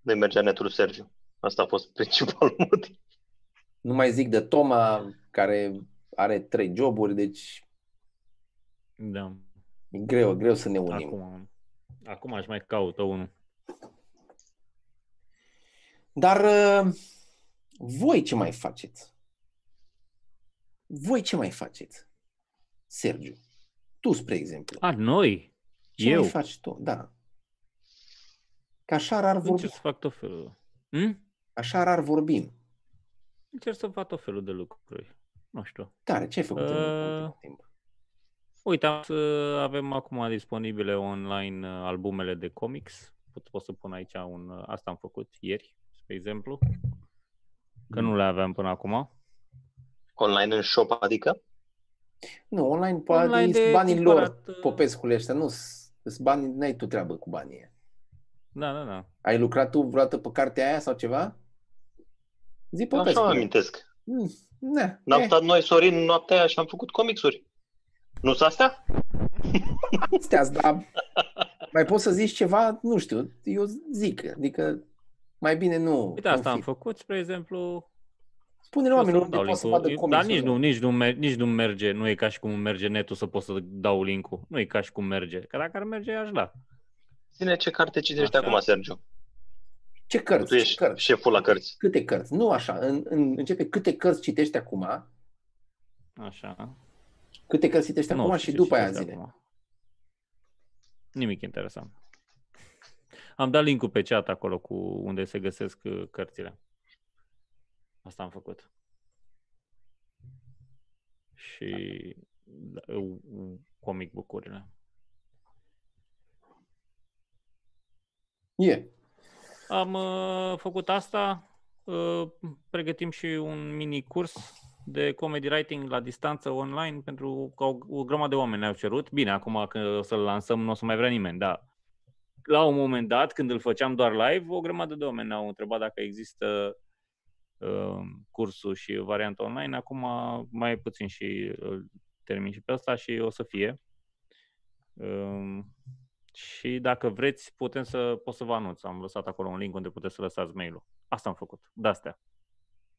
D: Nu mergea netul Sergiu. Asta a fost principalul motiv.
B: Nu mai zic de Toma, care are trei joburi, deci
C: Da,
B: e greu, greu să ne unim.
C: acum, acum aș mai caută unul.
B: Dar uh, voi ce mai faceți? Voi ce mai faceți? Sergiu, tu, spre exemplu.
C: A, noi?
B: Ce
C: Eu?
B: mai faci tu? Da. Că așa rar
C: Încerc
B: vorbim.
C: să fac tot felul. Hm?
B: Așa rar vorbim.
C: Încerc să fac tot felul de lucruri. Nu știu.
B: Tare, ce ai făcut în
C: Uh,
B: ultimul timp?
C: Uite, am să avem acum disponibile online uh, albumele de comics. Pot, pot să pun aici un... uh, Asta am făcut ieri, spre exemplu. Că nu le aveam până acum.
D: Online în shop, adică?
B: Nu, online, poate
C: Online de
B: sunt Păi banii lor,
C: cumpărat, uh,
B: Popescule ăștia, nu sunt bani, n-ai tu treabă cu banii ăia.
C: Da, da, da.
B: Ai lucrat tu vreodată pe cartea aia sau ceva? Zi
D: Așa Da. mă
B: Popescule.
D: amintesc.
B: Mm, ne,
D: N-am
B: eh,
D: stat noi, Sorin, noaptea aia și am făcut comicsuri. Nu sunt astea?
B: astea-s, dar mai poți să zici ceva? Nu știu, eu zic, adică mai bine nu.
C: Uite,
B: nu
C: asta am
B: fi.
C: făcut, spre exemplu,
B: Spune-le
C: Eu
B: oamenilor
C: să
B: unde
C: dau
B: poți să
C: link-ul.
B: vadă
C: Eu-
B: comics.
C: Dar nici nu, nici, nu, mer- nici nu merge, nu e ca și cum merge netul să pot să dau link-ul. Nu e ca și cum merge. Că dacă ar merge, aș da.
D: Ține ce carte citești
C: Așa.
D: acum, Sergiu.
B: Ce cărți?
D: Tu
B: Ce
D: ești
B: cărți?
D: șeful la cărți.
B: Câte cărți? Nu așa. În, în, începe câte cărți citești acum,
C: Așa.
B: câte cărți citești
C: Nu
B: acum
C: știu
B: și
C: ce
B: după aia
C: citești
B: zile.
C: acum. Nimic interesant. Am dat link-ul pe chat acolo cu unde se găsesc uh, cărțile. Asta am făcut. Și da, uh, uh, comic bucurile.
B: E.
C: Am uh, făcut asta. Uh, pregătim și un mini curs de comedy writing la distanță online pentru că o, o grămadă de oameni ne-au cerut. Bine, acum că o să-l lansăm nu o să mai vrea nimeni, dar la un moment dat, când îl făceam doar live, o grămadă de oameni ne-au întrebat dacă există uh, cursul și varianta online. Acum mai e puțin și îl termin și pe asta și o să fie. Uh, și dacă vreți, putem să, pot să vă anunț. Am lăsat acolo un link unde puteți să lăsați mail-ul. Asta am făcut. De-astea.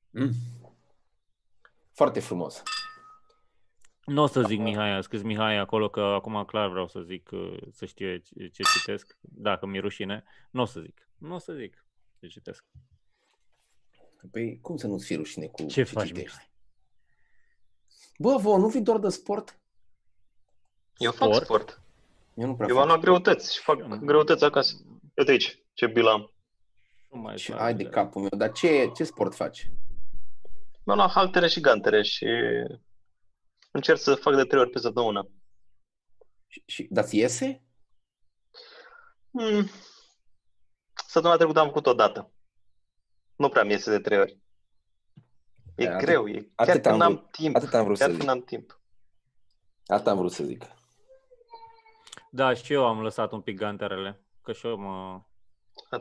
B: Mm. Foarte frumos.
C: Nu o să zic Mihai, a scris Mihai acolo că acum clar vreau să zic, uh, să știu ce ce citesc, dacă mi-e rușine. Nu o să zic. Nu o să zic ce citesc.
B: Păi cum să nu-ți fie rușine cu
C: Ce faci,
B: citești?
C: Mihai?
B: Bă, vă, nu fi doar de sport?
D: Eu fac
C: Sport.
D: sport.
B: Eu nu prea
D: Eu
B: fac.
D: m-am luat greutăți și fac
C: Am-
D: greutăți acasă. Uite aici, ce bil am.
C: Nu mai
B: Ce, hai de capul meu, dar ce, ce sport faci?
D: Mi-am luat haltere și gantere și încerc să fac de trei ori pe săptămână.
B: Și, și, dar ți iese?
D: Mm. Săptămâna trecută am făcut o dată. Nu prea mi iese de trei ori. E
B: Atât-
D: greu, e chiar
B: atât am
D: când am
B: vrut-
D: timp.
B: Atât am vrut să
D: Chiar când
B: zic.
D: am timp.
B: Atât am vrut să zic.
C: Da, și eu am lăsat un pic ganterele. Că și eu mă...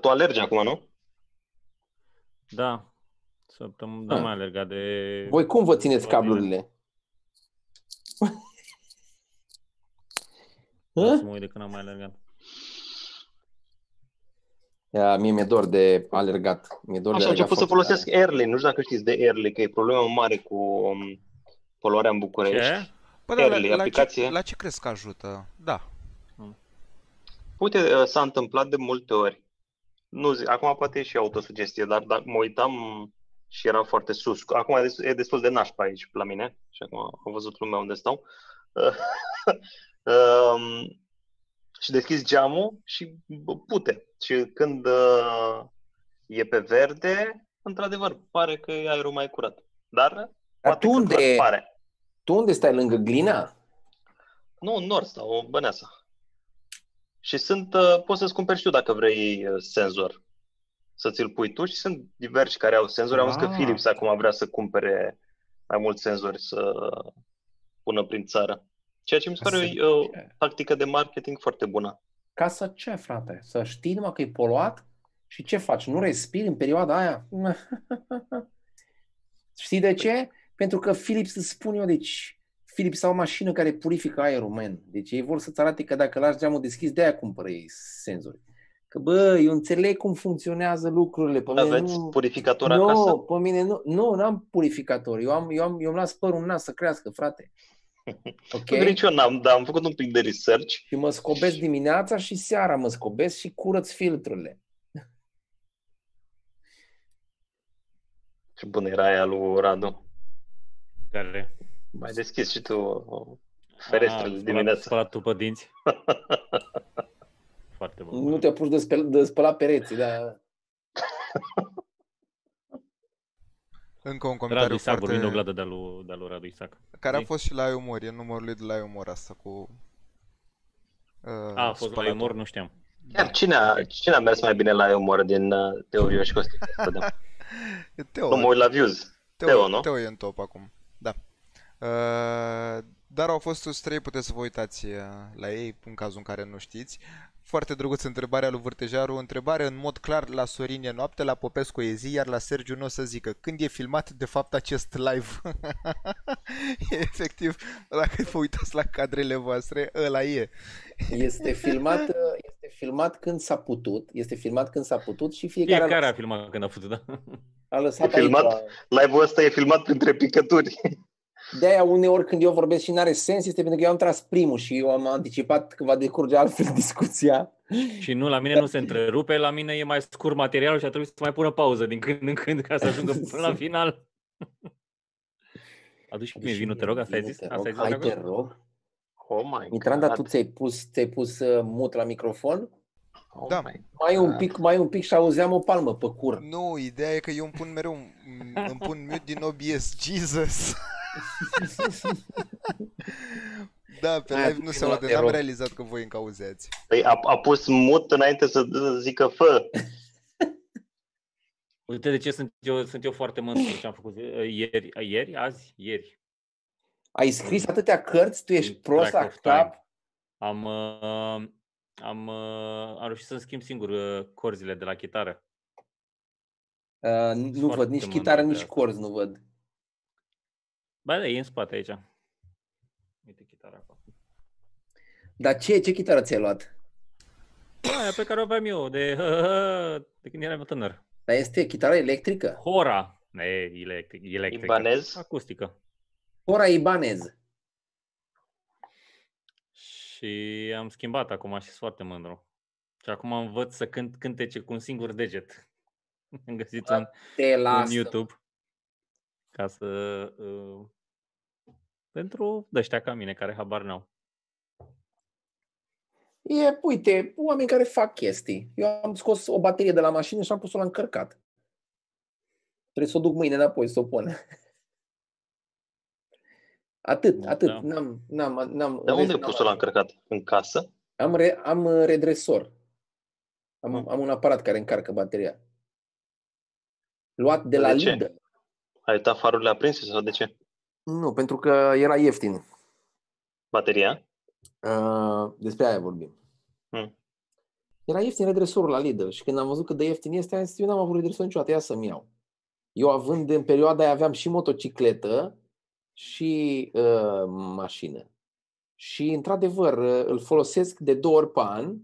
D: Tu alergi acum, nu?
C: Da. Săptămâna, da,
B: Ah.
C: mai alergat de...
B: Voi cum vă țineți
C: Vă bine.
B: cablurile?
C: Vreau
B: Hă?
C: Să mă uit de când am mai alergat.
B: Ia, Da, Mie mi-e dor de alergat. Mi-e dor de
D: Așa,
B: alergat
D: am început
B: foarte
D: să
B: tare.
D: folosesc Airly. Nu știu dacă știți de Airly, că e problema mare cu um, poluarea în București.
C: Ce?
A: Bă, dar
D: Early,
A: Păi da, la, la, ce,
D: aplicație.
A: la ce crezi că ajută? Da.
D: Uite, uh, s-a întâmplat de multe ori. Nu zic, acum poate e și autosugestie, dar dacă mă uitam și era foarte sus. Acum e des- e destul de nașpa aici la mine și acum am văzut lumea unde stau. um, și deschizi geamul și bă, pute. Și când uh, e pe verde, într-adevăr, pare că e aerul mai curat. Dar uh,
B: Dar
D: poate
B: tu
D: că
B: unde,
D: doar pare.
B: tu unde stai lângă glina?
D: Nu, un nor sau o băneasă. Și sunt, uh, poți să-ți cumperi și tu dacă vrei uh, senzor. Să ți-l pui tu și sunt diversi care au senzori. Am zis că
C: Ah.
D: Philips acum vrea să cumpere mai mulți senzori să pună prin țară. Ceea ce mi se pare
B: Asta e
D: o uh,
B: ce?
D: tactică de marketing foarte bună.
B: Ca să ce, frate? Să știi numai că e poluat? Și ce faci? Nu respiri în perioada aia? știi de ce? Pentru că Philips îți spun eu, deci Philips au o mașină care purifică aerul, man. Deci ei vor să-ți arate că dacă lași geamul deschis, de-aia cumpără ei senzori. Că bă, eu înțeleg cum funcționează lucrurile. Pe mine
D: Aveți
B: nu...
D: purificator
B: nu,
D: acasă?
B: pe mine nu, nu, n-am purificator. Eu am, eu am, eu îmi las părul în nas să crească, frate.
D: Okay.
B: Ok?
D: Nici eu n-am, dar am făcut un pic de research.
B: Și mă scobesc dimineața și seara mă scobesc și curăț filtrele.
D: Ce bună era aia lui Radu.
C: Care?
D: Mai deschis și tu uh, ferestrele
C: Ah,
D: dimineața.
C: Spălat tu pe dinți. Foarte bun.
B: Nu te apuci de, spăl, de spălat pereții, dar...
A: Încă un
C: Radu
A: comentariu
C: Isac, vorbind de o
A: foarte...
C: gladă de-a lui, de-a lui Radu Isac.
A: Care a
C: zi.
A: fost și la umor, e numărul lui de la umor asta cu... Uh,
B: Da,
C: A, a fost la
A: spălatul.
C: umor, nu știam.
D: Chiar cine a, cine a mers mai bine la umor din uh, Teo Vio și Costi? Vedem.
A: E Teo,
D: Nu mă uit la views.
A: Teo,
D: Teo, nu?
A: Teo e în top acum, da. Uh, dar au fost toți trei, puteți să vă uitați uh, la ei, în cazul în care nu știți. Foarte drăguț întrebarea lui Vârtejaru, o întrebare în mod clar la Sorin e noapte, la Popescu e zi, iar la Sergiu nu o să zică când e filmat de fapt acest live. e efectiv, dacă vă uitați la cadrele voastre, ăla e.
B: Este filmat, este filmat când s-a putut, este filmat când s-a putut și fiecare, a
C: Fiecare a
B: lăsat,
C: filmat când a fost, da?
B: a lăsat
D: E filmat?
B: aici.
D: Live-ul ăsta e filmat printre picături.
B: De-aia uneori când eu vorbesc și n-are sens, este pentru că eu am tras primul și eu am anticipat că va decurge altfel discuția.
C: Și nu, la mine nu se întrerupe, la mine e mai scurt materialul și a trebuit să mai pună pauză din când în când ca să ajungă până la final. Aduci și mie vinul, te rog, asta ai
B: Vinul,
C: zis?
B: te
C: Asta ai
B: rog.
C: zis,
B: Hai, te
C: Dragoș?
B: rog.
D: Oh my
B: Mitran, dar tu
D: God.
B: ți-ai pus, ți-ai pus uh, mut la microfon?
D: Oh
A: Da.
D: my
B: Mai un
D: Ah.
B: pic, mai un pic și auzeam o palmă pe cur.
A: Nu, ideea e că eu îmi pun mereu, m- îmi pun mute din OBS, Jesus. da, pe
B: Hai,
A: live nu
B: adu-mi
A: se
B: la
A: aude,
B: te
A: n-am
B: rog.
A: realizat că voi încă auzeați.
D: Păi a, a pus mut înainte să zică fă.
C: Uite de ce sunt eu, sunt eu foarte mândru cu ce am făcut eh, ieri, ieri, azi, ieri.
B: Ai scris atâtea cărți, tu ești
C: Keep
B: prost
C: track
B: la
C: of time.
B: cap.
C: Am, uh, am, uh, am reușit să-mi schimb singur uh, corzile de la chitară.
B: Uh, nu
C: Foarte
B: văd nici
C: mândru
B: chitară,
C: de
B: nici
C: asta.
B: corzi nu văd.
C: Ba da, e în spate aici. Uite chitara acolo.
B: Dar ce, ce chitară ți-ai luat?
C: Aia pe care o aveam eu de, de când eram eu tânăr.
B: Dar este chitară electrică?
C: Hora. E electric,
D: exact.
C: electrică.
D: Ibanez?
C: Acustică.
B: Ora Ibanez.
C: Și am schimbat acum și sunt foarte mândru. Și acum învăț să cânt cântece cu un singur deget. Am găsit un,
B: Te
C: în
B: lasă.
C: YouTube. Ca să... Uh, pentru ăștia ca mine, care habar n-au.
B: E, uite, oameni care fac chestii. Eu am scos o baterie de la mașină și am pus-o la încărcat. Trebuie să o duc mâine înapoi să o pun. Atât,
C: Da.
B: atât. N-am, n-am, n-am.
D: Dar
B: în rest
D: unde ai
B: n-am
D: pus-o la încărcat? În casă?
B: Am, re, am uh, redresor. Am,
D: Mm.
B: am un aparat care încarcă bateria. Luat de
D: De
B: la
D: ce?
B: Lidl.
D: Ai uitat farurile aprinse sau de ce?
B: Nu, pentru că era ieftin.
D: Bateria?
B: Uh, despre aia vorbim.
D: Mm.
B: Era ieftin redresorul la Lidl și când am văzut cât de ieftin este, am zis, eu n-am avut redresor niciodată, ia să-mi iau. Eu având, în perioada aia aveam și motocicletă și uh, mașină. Și, într-adevăr, uh, îl folosesc de două ori pe an,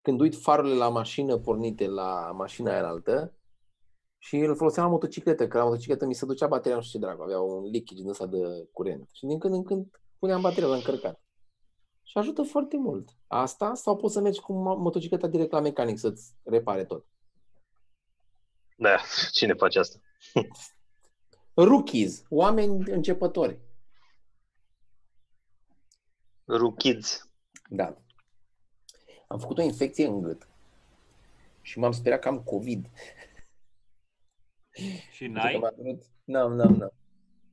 B: când uit farurile la mașină pornite la mașina aia înaltă, și îl foloseam la motocicletă, că la motocicletă mi se ducea bateria, nu știu ce dracu, avea un lichid din ăsta de curent. Și din când în când puneam bateria la încărcat. Și ajută foarte mult. Asta sau poți să mergi cu mo- motocicleta direct la mecanic să-ți repare tot.
D: Da, cine face asta?
B: Rookies, oameni începători.
D: Rukids.
B: Da. Am făcut o infecție în gât. Și m-am speriat că am COVID.
C: Și
B: Pentru că
C: n-ai?
B: m-a durut- N-am, n-am, n-am.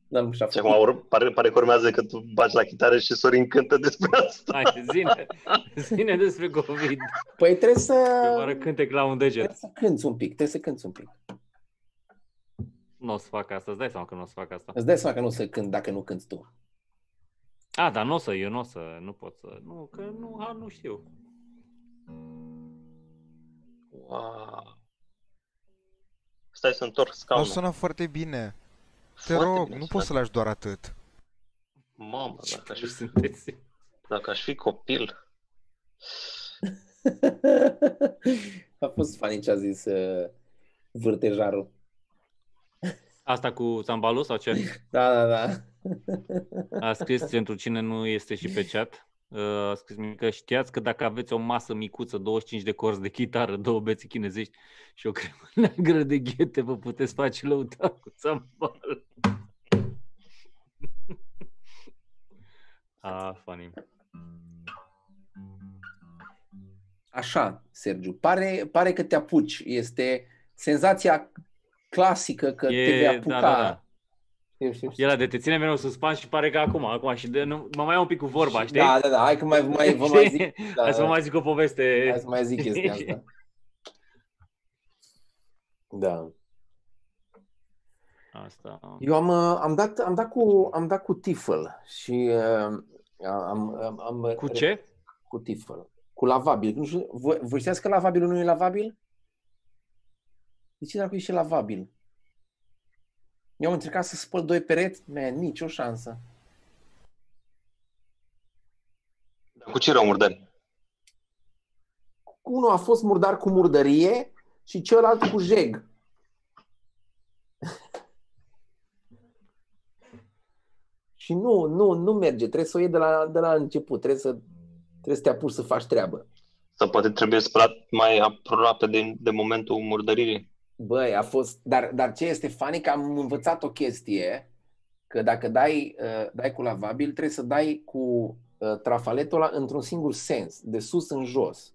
B: N-am și
D: Și acum ur- pare, pare că urmează că tu baci la chitară și Sorin cântă despre asta.
C: Hai, zine, zine despre COVID.
B: Păi trebuie să...
C: Oare cântec la un deget.
B: Trebuie să cânți un pic, trebuie să cânți un pic.
C: Nu o să fac asta, îți dai seama că nu o să fac asta.
B: Îți dai seama că nu o să cânt dacă nu cânți tu.
C: A, dar nu o să, eu nu o să, nu pot să, nu, că nu, a, nu știu.
D: Wow. Stai să întorc
A: Au
D: scaunul.
A: sunat foarte bine. Te
D: Foarte
A: rog,
D: bine
A: nu
D: sunat.
A: poți să lași doar atât.
D: Mamă, dacă aș,
C: Nu
D: fi,
C: sunteți.
D: dacă aș fi copil.
B: A fost funny ce a zis uh, vârtejarul.
C: Asta cu Zambalu sau ce?
B: Da, da, da.
C: A scris pentru cine nu este și pe chat. Uh, A scris mie că știați că dacă aveți o masă micuță, 25 de corzi de chitară, două bețe chinezești și o cremă neagră de ghete, vă puteți face lăuta cu Zambal. Ah, funny.
B: Așa, Sergiu, pare, pare că te apuci. Este senzația clasică că te vei apuca.
C: da, da, da.
B: Știu, știu, știu.
C: Era de te ține mereu suspans și pare că acum, acum și de, nu, mă mai iau un pic cu vorba, știi?
B: Da, da, da, hai că mai, mai, vă mai zic.
C: Știi?
B: Da,
C: Hai să vă mai zic o poveste.
B: hai să mai zic chestia asta. Da.
C: Asta.
B: Eu am, uh, am, dat, am, dat, cu, am dat cu tifăl și uh, am, am, am
C: Cu ce?
B: Cu tifăl. Cu lavabil. Nu știu, voi, voi știați că lavabilul nu e lavabil? De ce dracu e și lavabil? Eu am încercat să spăl doi pereți, man, nicio șansă.
D: Cu ce rău murdari?
B: unul a fost murdar cu murdărie și celălalt cu jeg. și nu, nu, nu merge. Trebuie să o iei de la, de la început. Trebuie să, trebuie să te apuci să faci treabă.
D: Sau poate trebuie spălat mai aproape de, de momentul murdăririi.
B: Băi, a fost... Dar, dar ce este funny că am învățat o chestie, că dacă dai, uh, dai cu lavabil, trebuie să dai cu uh, trafaletul ăla într-un singur sens, de sus în jos.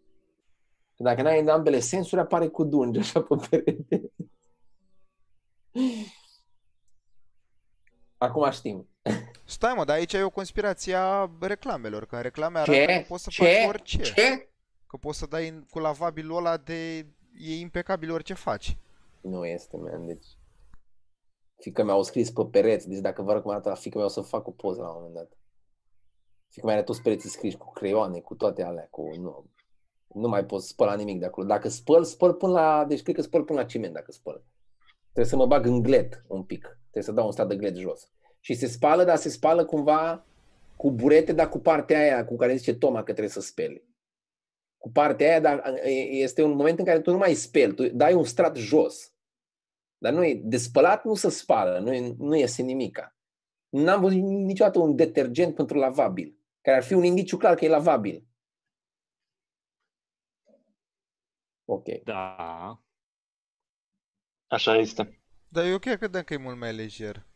B: Că dacă n-ai în ambele sensuri, apare cu dungi, așa pe perete. Acum știm.
A: Stai mă, dar aici e o conspirație a reclamelor, că în reclame arată
B: Ce?
A: că poți să
B: Ce?
A: faci orice.
B: Ce?
A: Că poți să dai în- cu lavabilul ăla de... E impecabil orice faci.
B: Nu este, man, deci... Fică mi-au scris pe pereți, deci dacă vă arăt cum arată, fică mi-au să fac o poză la un moment dat. Fică mi are toți pereții scriși cu creioane, cu toate alea, cu... Nu, nu mai pot spăla nimic de acolo. Dacă spăl, spăl până la... Deci cred că spăl până la ciment dacă spăl. Trebuie să mă bag în glet un pic. Trebuie să dau un stat de glet jos. Și se spală, dar se spală cumva cu burete, dar cu partea aia cu care zice Toma că trebuie să speli. Cu partea aia, dar e- este un moment în care tu nu mai speli, tu dai un strat jos. Dar nu e, de spălat nu se spală, nu, e, nu iese nimica. N-am văzut niciodată un detergent pentru lavabil, care ar fi un indiciu clar că e lavabil. Ok.
C: Da.
D: Așa este.
A: Dar eu chiar credeam că e mult mai lejer.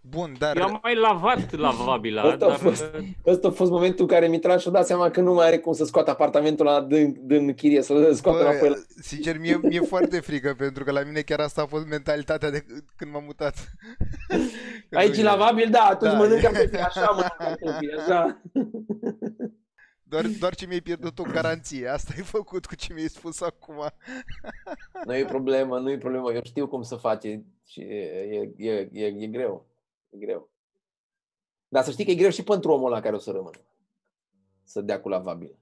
A: Bun, dar...
C: Eu am mai lavat lavabila,
B: Asta a
C: dar...
B: fost. Ăsta a fost momentul în care Mitran și-a dat seama că nu mai are cum să scoată apartamentul ăla din, din chirie, să-l scoată
A: Bă,
B: înapoi la
A: sincer, mie mi-e foarte frică pentru că la mine chiar asta a fost mentalitatea de c- când m-am mutat. Când
B: Aici e
A: vine.
B: lavabil, da, atunci
A: Da,
B: da,
A: e.
B: mănâncă pe zi, așa, mănâncă pe zi, așa.
A: Doar, doar ce mi-ai pierdut o garanție. Asta ai făcut cu ce mi-ai spus acum.
B: Nu e problemă, nu e problemă, eu știu cum să face și e, e, e, e, e greu, e greu. Dar să știi că e greu și pentru omul ăla care o să rămână, să dea cu lavabil.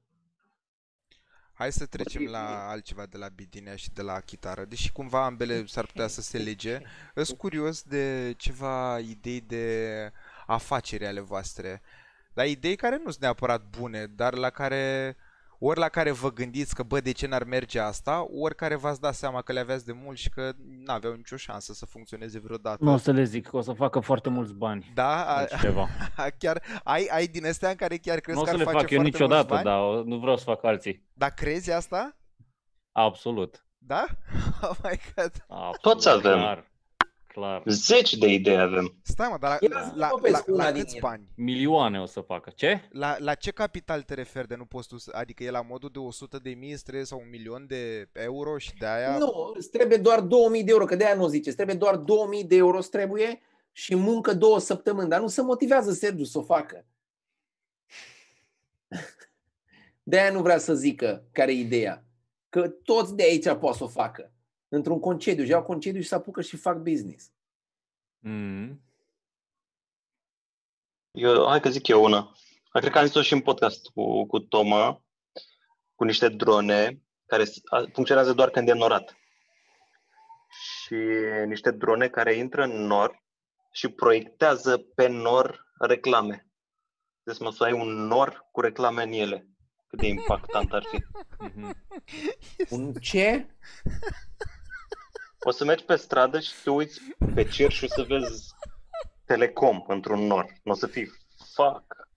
A: Hai să trecem la altceva de la Bidinea și de la chitară, deși cumva ambele s-ar putea să se lege. Sunt curios de ceva idei de afaceri ale voastre, la idei care nu sunt neapărat bune, dar la care ori la care vă gândiți că bă, de ce n-ar merge asta, ori care v-ați dat seama că le aveați de mult și că n-aveau nicio șansă să funcționeze vreodată.
C: Nu o să le zic, că o să facă foarte mulți bani.
A: Da, a,
C: Deci ceva.
A: chiar ai, ai din astea în care chiar crezi
C: Nu o
A: că
C: să
A: ar
C: le
A: face
C: fac
A: foarte
C: eu
A: mulți
C: niciodată, da.
A: bani?
C: dar o- nu vreau să fac alții.
A: Dar crezi asta?
C: Absolut.
A: Da? Oh my god.
C: Absolut.
D: Toți avem.
C: Clar. Clar.
D: Zeci de idei avem.
A: Stai mă, dar
B: Ia
A: la,
B: zi-mă,
A: la,
B: pe
A: la,
B: una
A: la,
B: din
A: câți
B: ele.
A: bani?
C: Milioane o să facă. Ce?
A: La, la ce capital te referi de nu poți tu, să- adică e la modul de 100 de mii stre sau un milion de euro și de aia?
B: Nu, îți trebuie doar 2000 de euro, că de-aia nu o zice, îți trebuie doar 2000 de euro, îți trebuie și muncă două săptămâni, dar nu se motivează Sergiu să o facă. De-aia nu vrea să zică care e ideea, că toți de aici poate să o facă. Într-un concediu, își iau concediu și se apucă și fac business.
C: Mm.
D: Eu, hai că zic eu una. Cred că am zis-o și în podcast cu, cu Toma, cu niște drone care s- a- funcționează doar când e norat. Și niște drone care intră în nor și proiectează pe nor reclame. Deci mă să ai un nor cu reclame în ele. Cât de impactant ar fi.
C: Mhm.
B: Un ce?
D: O să mergi pe stradă și te uiți pe cer și o să vezi telecom într-un nor. Nu o să fii, fuck,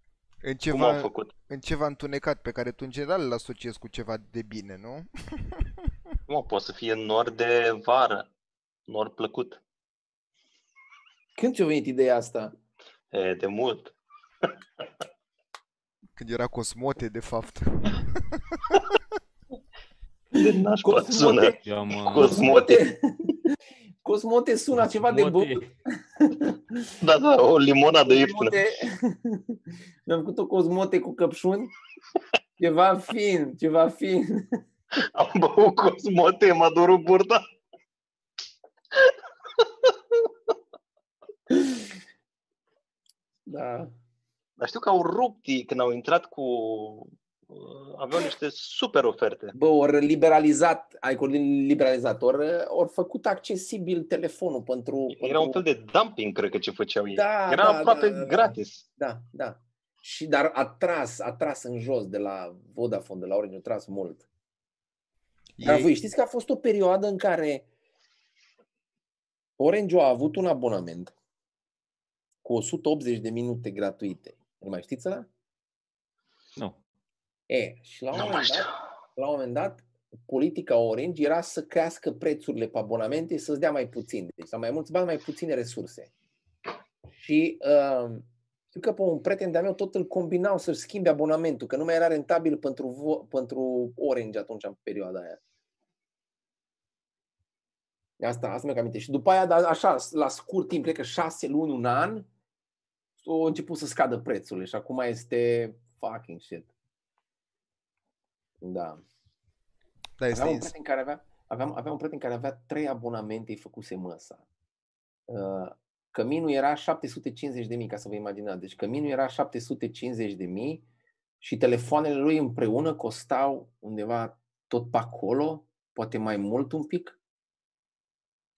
A: În
D: cum au
A: ceva,
D: făcut?
A: în ceva întunecat pe care tu în general îl asociezi cu ceva de bine, nu?
D: Mă, poate să fie nor de vară, nor plăcut,
B: Când ți-a venit ideea asta?
D: e, de mult.
A: Când era Cosmote, de fapt.
D: De nașpa
B: Cosmote.
D: sună.
C: Eu am... uh,
D: Cosmote.
B: Cosmote sună ceva de
C: mote.
B: bun.
D: Da, da, o limonadă ieftină.
B: Cosmote. Mi-am făcut o cosmote cu căpșuni. Ceva fin, ceva fin.
D: Am băut cosmote, m-a durut burta.
B: Da.
D: Dar știu că au rupt ei când au intrat cu... uh, Aveau niște super oferte.
B: Bă, ori liberalizat, ai cu liberalizat, ori, ori făcut accesibil telefonul pentru...
D: Era un fel de dumping, cred că, ce făceau ei.
B: Da,
D: Era
B: da,
D: aproape
B: da, da.
D: gratis.
B: Da, da. Și dar a tras, a tras în jos de la Vodafone, de la Orange, a tras mult. Dar Da, voi știți că a fost o perioadă în care Orange a avut un abonament cu 180 de minute gratuite. Îl mai știți ăla?
C: Nu.
B: E, și la un,
D: Nu
B: moment
D: mai știu.
B: dat, la un moment dat, politica Orange era să crească prețurile pe abonamente și să-ți dea mai puțin. Deci să mai mulți bani, mai puține resurse. Și uh, știu că pe un prieten de-a meu tot îl combinau să-și schimbe abonamentul, că nu mai era rentabil pentru, vo- pentru Orange atunci, în perioada aia. Asta, asta mi-am aminte. Și după aia, dar așa, la scurt timp, cred că șase luni, un an, au început să scadă prețurile și acum este fucking shit. Da.
A: Da, este
B: Aveam un
A: ins-
B: prieten care avea, aveam, aveam un prieten care avea trei abonamente, îi făcuse măsa. Uh, Căminul era 750 de mii, ca să vă imaginați. Deci căminul era 750 de mii și telefoanele lui împreună costau undeva tot pe acolo, poate mai mult un pic.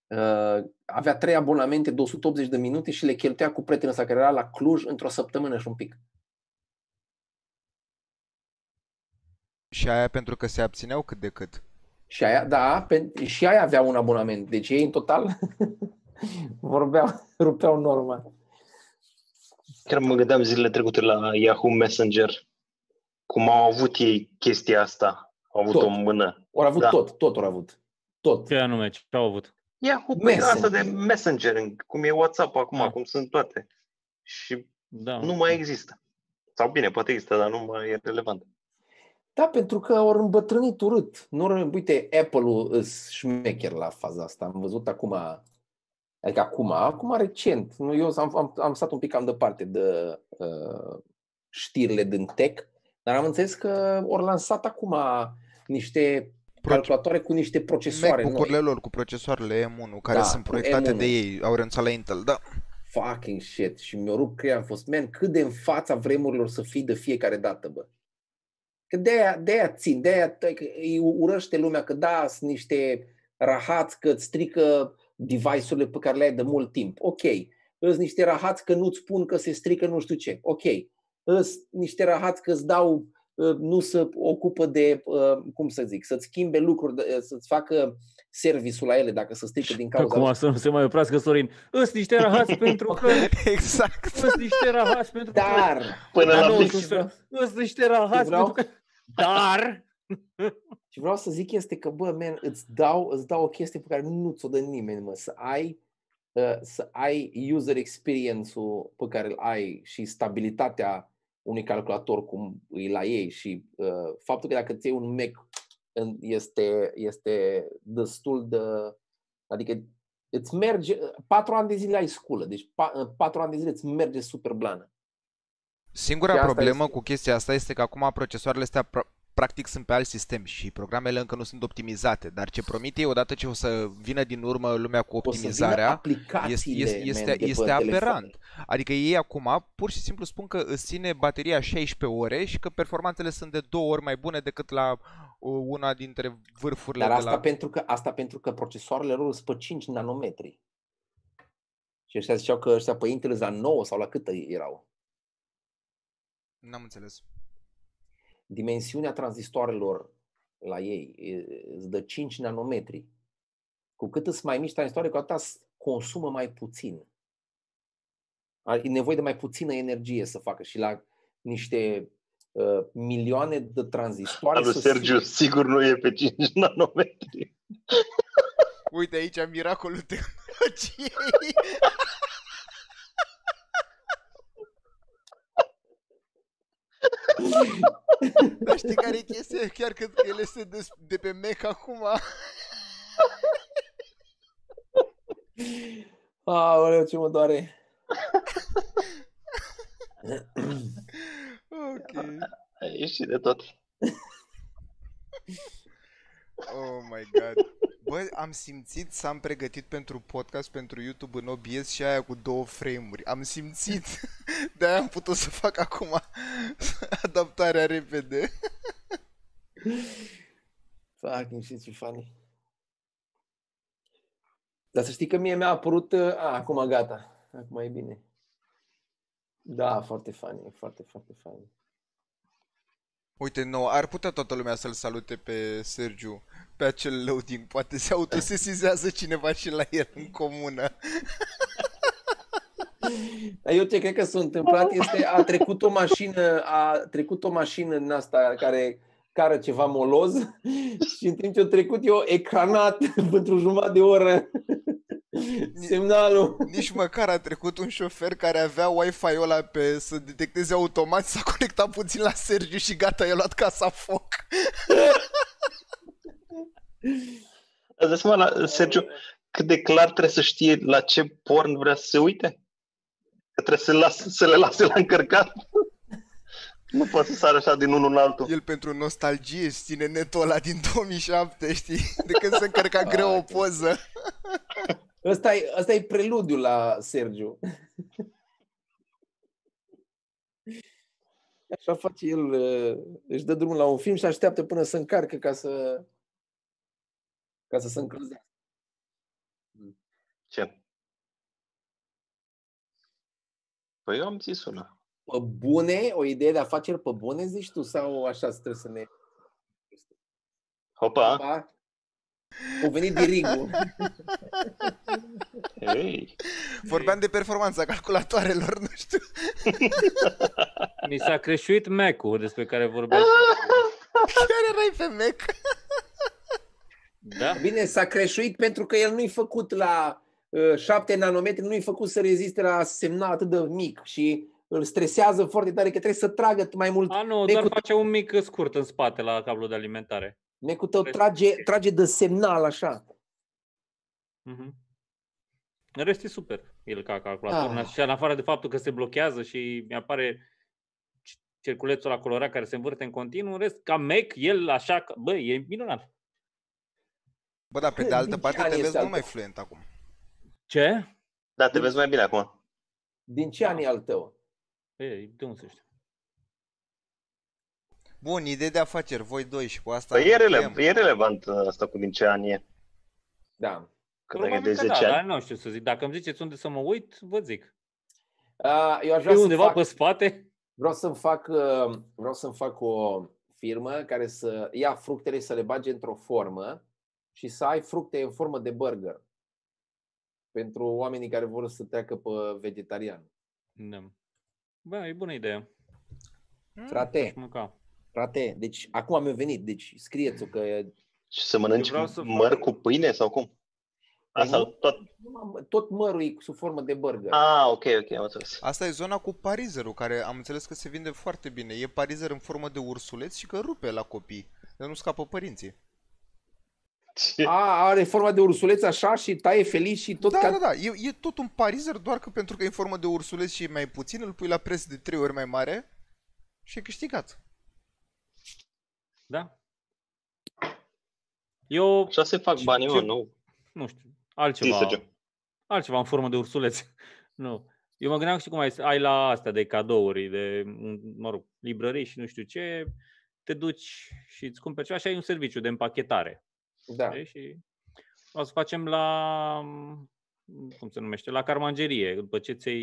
B: Uh, avea trei abonamente de 180 de minute și le cheltuia cu prietenul ăsta care era la Cluj într-o săptămână și un pic.
A: Și aia pentru că se abțineau cât de cât.
B: Și aia, da, pe, și aia avea un abonament. Deci ei în total vorbeau, rupeau norma.
D: Chiar mă gândeam zilele trecute la Yahoo Messenger cum au avut ei chestia asta. Au avut
B: Tot.
D: o în mână.
B: Au avut
D: Da.
B: tot, tot au avut. Tot.
C: Ce anume, ce au avut?
D: Yahoo, păi
B: Messenger. Ah.
D: asta de Messenger, cum e WhatsApp acum,
C: Da.
D: cum sunt toate. Și
C: Da.
D: nu mai există. Sau bine, poate există, dar nu mai e relevant.
B: Da, pentru că au îmbătrânit urât. Nu, ră- uite, Apple-ul îs șmecher la faza asta. Am văzut acum, adică acum, acum recent. Nu, eu am, am, am stat un pic cam departe de uh, știrile din tech, dar am înțeles că au lansat acum niște
A: Proce-
B: calculatoare cu niște procesoare noi.
A: MacBook-urile lor cu procesoarele M1, care
B: Da,
A: sunt
B: cu
A: proiectate
B: M1.
A: de ei, au renunțat la Intel, da.
B: fucking shit și mi-o rup creierul, am fost, man, cât de în fața vremurilor să fii de fiecare dată, bă. Că de-aia, de-aia țin, de-aia t- că îi urăște lumea că da, sunt niște rahați că îți strică device-urile pe care le ai de mult timp. Ok. Îs niște rahați că nu-ți spun că se strică nu știu ce. Ok. Îs niște rahați că îți dau uh, nu să ocupă de, uh, cum să zic, să-ți schimbe lucruri, de- uh, să-ți facă serviciul la ele dacă se strică din cauza
C: Acum să nu se mai oprească Sorin. Îs niște rahați pentru că...
A: Exact.
C: Îs niște rahați pentru că...
B: Dar,
D: Până
C: Dar
D: Păi la
C: nu,
D: fix.
C: sunt- Îs niște rahați
B: Vreau-
C: pentru că... Dar...
B: Și vreau să zic este că, bă, man, îți dau, îți dau o chestie pe care nu ți-o dă nimeni, mă, să ai, uh, să ai user experience-ul pe care îl ai și stabilitatea unui calculator cum e la ei și uh, faptul că dacă ți iei un Mac în- este, este destul de... Adică îți merge... Patru ani de zile ai sculă, deci pa, în patru ani de zile îți merge super blană.
A: Singura
B: Și asta
A: problemă
B: este-
A: cu chestia asta este că acum procesoarele astea pra- practic sunt pe alt sistem și programele încă nu sunt optimizate, dar ce promite ei odată ce o să vină din urmă lumea cu
B: O să vină
A: optimizarea,
B: aplicațiile,
A: este- este-
B: man,
A: este-
B: de pe
A: este
B: telefoane.
A: aberant. adică ei acum pur și simplu spun că îți ține bateria 16 ore și că performanțele sunt de două ori mai bune decât la uh, una dintre vârfurile
B: Dar
A: de
B: asta,
A: la...
B: pentru că, asta pentru că procesoarele lor sunt pe 5 nanometri. Și ăștia ziceau că ăștia pe Intel la 9 sau la cât erau.
A: N-am înțeles.
B: Dimensiunea tranzistoarelor la ei e- îți dă 5 nanometri. Cu cât îți mai mici tranzistoare, cu atât consumă mai puțin. Ai- E nevoie de mai puțină energie să facă și la niște uh, milioane de tranzistoare.
D: Al lui
B: să-
D: Sergiu, sigur nu e pe 5 nanometri.
A: Uite aici miracolul tehnologiei. Dar știi care e chestia? Eu Chiar cred că el este de, de pe Mac acum.
B: Aoleu, ce mă doare!
A: Ok.
D: A ieșit de tot.
A: Oh my god. Bă, am simțit să am pregătit pentru podcast, pentru YouTube în OBS și aia cu două frame-uri. Am simțit. De-aia am putut să fac acum adaptarea repede.
B: Fucking shit, ce funny. Dar să știi că mie mi-a apărut... uh, A, acum gata. Acum e bine. Da, foarte funny, foarte, foarte funny.
A: Uite, nu, ar putea toată lumea să-l salute pe Sergiu pe acel loading. Poate se autosesizează cineva și la el în comună.
B: Dar eu ce cred că s-a întâmplat este a trecut o mașină, a trecut o mașină în asta care cară ceva moloz și în timp ce a trecut eu ecranat pentru jumătate de oră semnalul.
A: Nici măcar a trecut un șofer care avea Wi-Fi-ul ăla pe să detecteze automat, s-a conectat puțin la Sergiu și gata, i-a luat casa foc.
D: Îți dai seama, la, Sergiu, cât de clar trebuie să știe la ce porn vrea să se uite? Că trebuie să, las, să le lase la încărcat. Nu poți să sară așa din unul în altul.
A: El pentru nostalgie își ține netul ăla din 2007, știi? De când se încărca greu o poză.
B: Ăsta e, ăsta e preludiul la Sergiu. Așa face el, uh, își dă drumul la un film și așteaptă până să încarcă ca să ca să se încălzească.
D: Ce? Păi eu am zis una.
B: Pe bune, o idee de afaceri pe bune, zici tu, sau așa trebuie să ne...
D: Hopa!
B: Ba? O venit dirigul.
D: Ei.
A: Vorbeam de performanța calculatoarelor, nu știu.
C: Mi s-a creșuit Mac-ul despre care vorbeam.
A: Chiar erai pe Mac.
C: Da?
B: Bine, s-a creșuit pentru că el nu-i făcut la uh, 7 nanometri, nu-i făcut să reziste la semnal atât de mic și îl stresează foarte tare că trebuie să tragă mai mult.
C: A, nu,
B: Mac-ul
C: doar face un mic scurt în spate la cablul de alimentare.
B: Mecul tău trage, trage de semnal așa.
C: Mhm. În rest e super. El ca calculator.
B: Ah.
C: Ah. Și în afară de faptul că se blochează și mi apare c- cerculețul la colorat care se învârte în continuu, în rest, ca Mac, el așa, că- bă, e minunat.
A: Bă, dar pe de altă
B: Din
A: parte
B: ce an
A: te vezi
B: este
A: mult mai
B: altul?
A: fluent acum.
C: Ce?
D: Da, te vezi mai bine acum.
B: Din
C: Da.
B: ce an e al tău?
C: Ei, de unde să știu?
A: Bun, idei de afaceri, voi doi și cu asta...
D: Păi e,
A: încheiem.
D: rele- e relevant uh, asta cu din ce an e.
B: Da.
D: Că dacă e de
C: Probabil că
D: 10
C: da,
D: ani.
C: dar nu știu să zic. Dacă îmi ziceți unde să mă uit, vă zic.
B: A, eu aș
C: E
B: vrea să
C: undeva
B: fac,
C: pe spate?
B: vreau să-mi fac, uh, vreau să-mi fac o firmă care să ia fructele și să le bage într-o formă și să ai fructe în formă de burger. Pentru oamenii care vor să treacă pe vegetarian.
A: Mm.
C: Da. Bă, e bună idee.
B: Frate,
C: Aș mânca.
B: frate, deci acum mi-a venit, deci scrieți-o că e-
D: Și să mănânci
E: Eu vreau să fac-
D: măr cu pâine sau cum? Asta
B: nu.
D: tot.
B: tot mărul e sub formă de burger.
D: Ah, ok, ok, am înțeles.
A: Asta e zona cu parizerul, care am înțeles că se vinde foarte bine. E parizer în formă de ursuleț și că rupe la copii. Dar nu scapă părinții.
D: Ce?
B: A, are forma de ursuleț așa și taie felici și tot
A: da,
B: ca...
A: da, da, e, e tot un parizer, doar că pentru că e în formă de ursuleț și e mai puțin, îl pui la preț de 3 ori mai mare și e câștigat.
C: Da? Eu,
D: Așa se fac
C: Ce-
D: banii, mă,
C: ce-
D: nu.
C: nu știu,
D: Zi,
C: altceva.
D: Sergiu.
C: altceva în formă de ursuleț. nu. Eu mă gândeam și cum ai, ai la astea de cadouri, de, m- mă rog, librării și nu știu ce, te duci și îți cumperi ceva și ai un serviciu de împachetare.
B: da.
C: știi? Și o să facem la, m, cum se numește, la carmangerie. După ce ți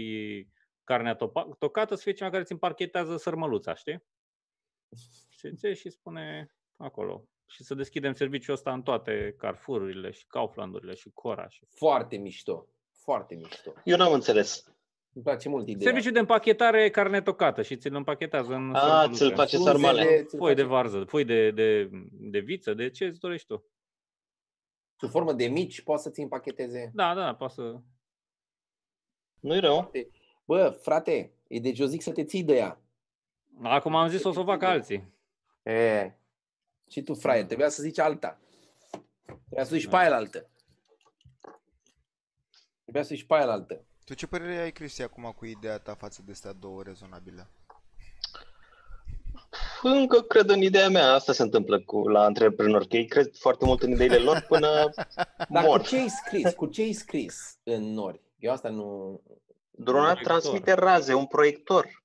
C: carnea topa- tocată, să fie cineva care ți împachetează sărmăluța, știi? Și ți și spune acolo. Și să deschidem serviciul ăsta în toate Carrefour-urile și Kaufland-urile și Cora și
B: Foarte mișto. Foarte mișto.
D: Eu n-am înțeles.
B: Îmi place mult
D: Da.
B: ideea.
C: Serviciu de împachetare carne tocată și ți-l împachetează în
D: A,
C: sărmăluță.
D: Ah, ți-l face
B: Frunzele
D: sarmale.
B: ți-l
C: Foi de
B: face
C: varză, foi de, de, de viță, de ce îți dorești tu.
B: Sub formă de mici poți să ți împacheteze.
C: Da, da, poate să...
D: Nu-i rău.
B: Bă, frate, e deci eu zic să te ții de ea.
C: Acum am zis o să o facă alții.
B: E. Și tu, fraier, trebuia să zici alta. Trebuia să zici pe
C: Da.
B: aia la altă. Trebuia să zici pe aia la altă.
A: Tu ce părere ai, Cristi, acum cu ideea ta față de astea două rezonabile?
D: Încă cred în ideea mea. Asta se întâmplă cu, la antreprenori, că ei cred foarte mult în ideile lor până
B: Dar
D: mor.
B: cu ce ai scris? Cu ce ai scris în nori? Eu asta nu...
D: Drona
C: Proiector.
D: transmite raze, un proiector.
B: Păi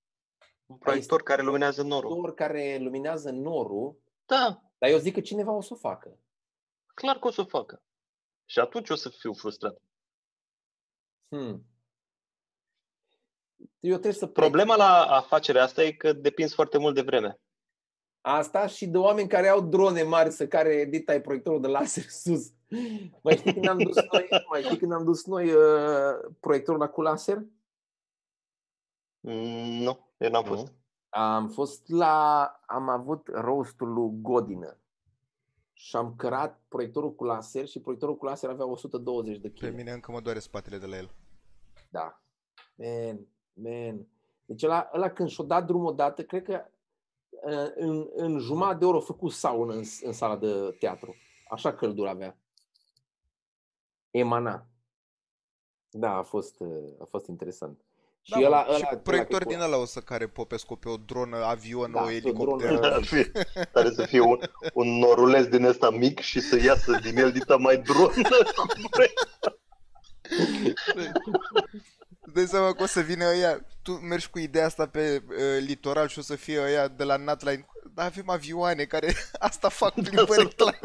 D: Un proiector
B: Este
D: care luminează norul.
B: Dor care luminează norul,
D: Da,
B: dar eu zic că cineva o să o facă.
D: clar că o să o facă. Păi- Și atunci o să fiu frustrat.
B: Hmm. Eu trebuie să plec.
D: Problema la afacerea asta e că depinzi foarte mult de vreme.
B: Asta și de oameni care au drone mari să care edita ai proiectorul de laser sus. Mai știi când am dus noi, mai știi când am dus noi uh, proiectorul la cu laser?
D: Mm, Nu, eu n-am
B: Nu.
D: fost.
B: Am fost la, am avut roastul lui Godină și am cărat proiectorul cu laser și proiectorul cu laser avea 120 de
A: Pe
B: kg.
A: mine încă mă doare spatele de la el.
B: Da. Man, man. Deci ăla, ăla când și-o dat drumul odată, cred că uh, în, în jumătate de oră a făcut saună în, în sala de teatru. Așa căldură avea. Emana. Da, a fost, uh, a fost interesant. Și
A: Da,
B: ăla,
A: mă,
B: ăla,
A: și
B: ăla
A: proiector
B: că-
A: din ăla o să care Popescu pe o dronă, avion,
B: Da,
A: o
B: pe o
A: elicopter.
B: dronă.
D: Ar fi- Care să fie un, un noruleț din ăsta mic și să iasă din el dita mai dronă.
A: Îți dai seama că o să vină ăia, tu mergi cu ideea asta pe uh, litoral și o să fie ăia de la Natline. Dar avem avioane care asta fac prin
D: Da,
A: pe reclame.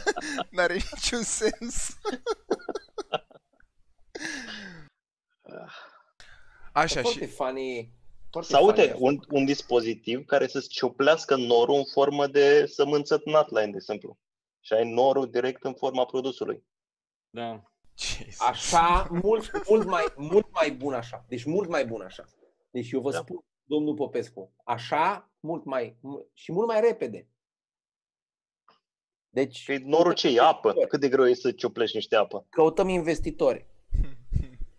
A: N-are niciun sens. Așa
B: Foarte
A: și...
B: funny. Foarte
D: Sau
B: funny
D: uite,
B: asta.
D: un, un dispozitiv care să-ți cioplească norul în formă de sămânță natline, de exemplu. Și ai norul direct în forma produsului.
C: Da.
A: Jesus.
B: Așa, mult, mult, mai, mult mai bun așa. Deci mult mai bun așa. Deci eu vă
D: Da.
B: spun, domnul Popescu, așa, mult mai, m- și mult mai repede. Deci
D: Și norul ce e apă. Cât de greu e să cioplești niște apă.
B: căutăm investitori.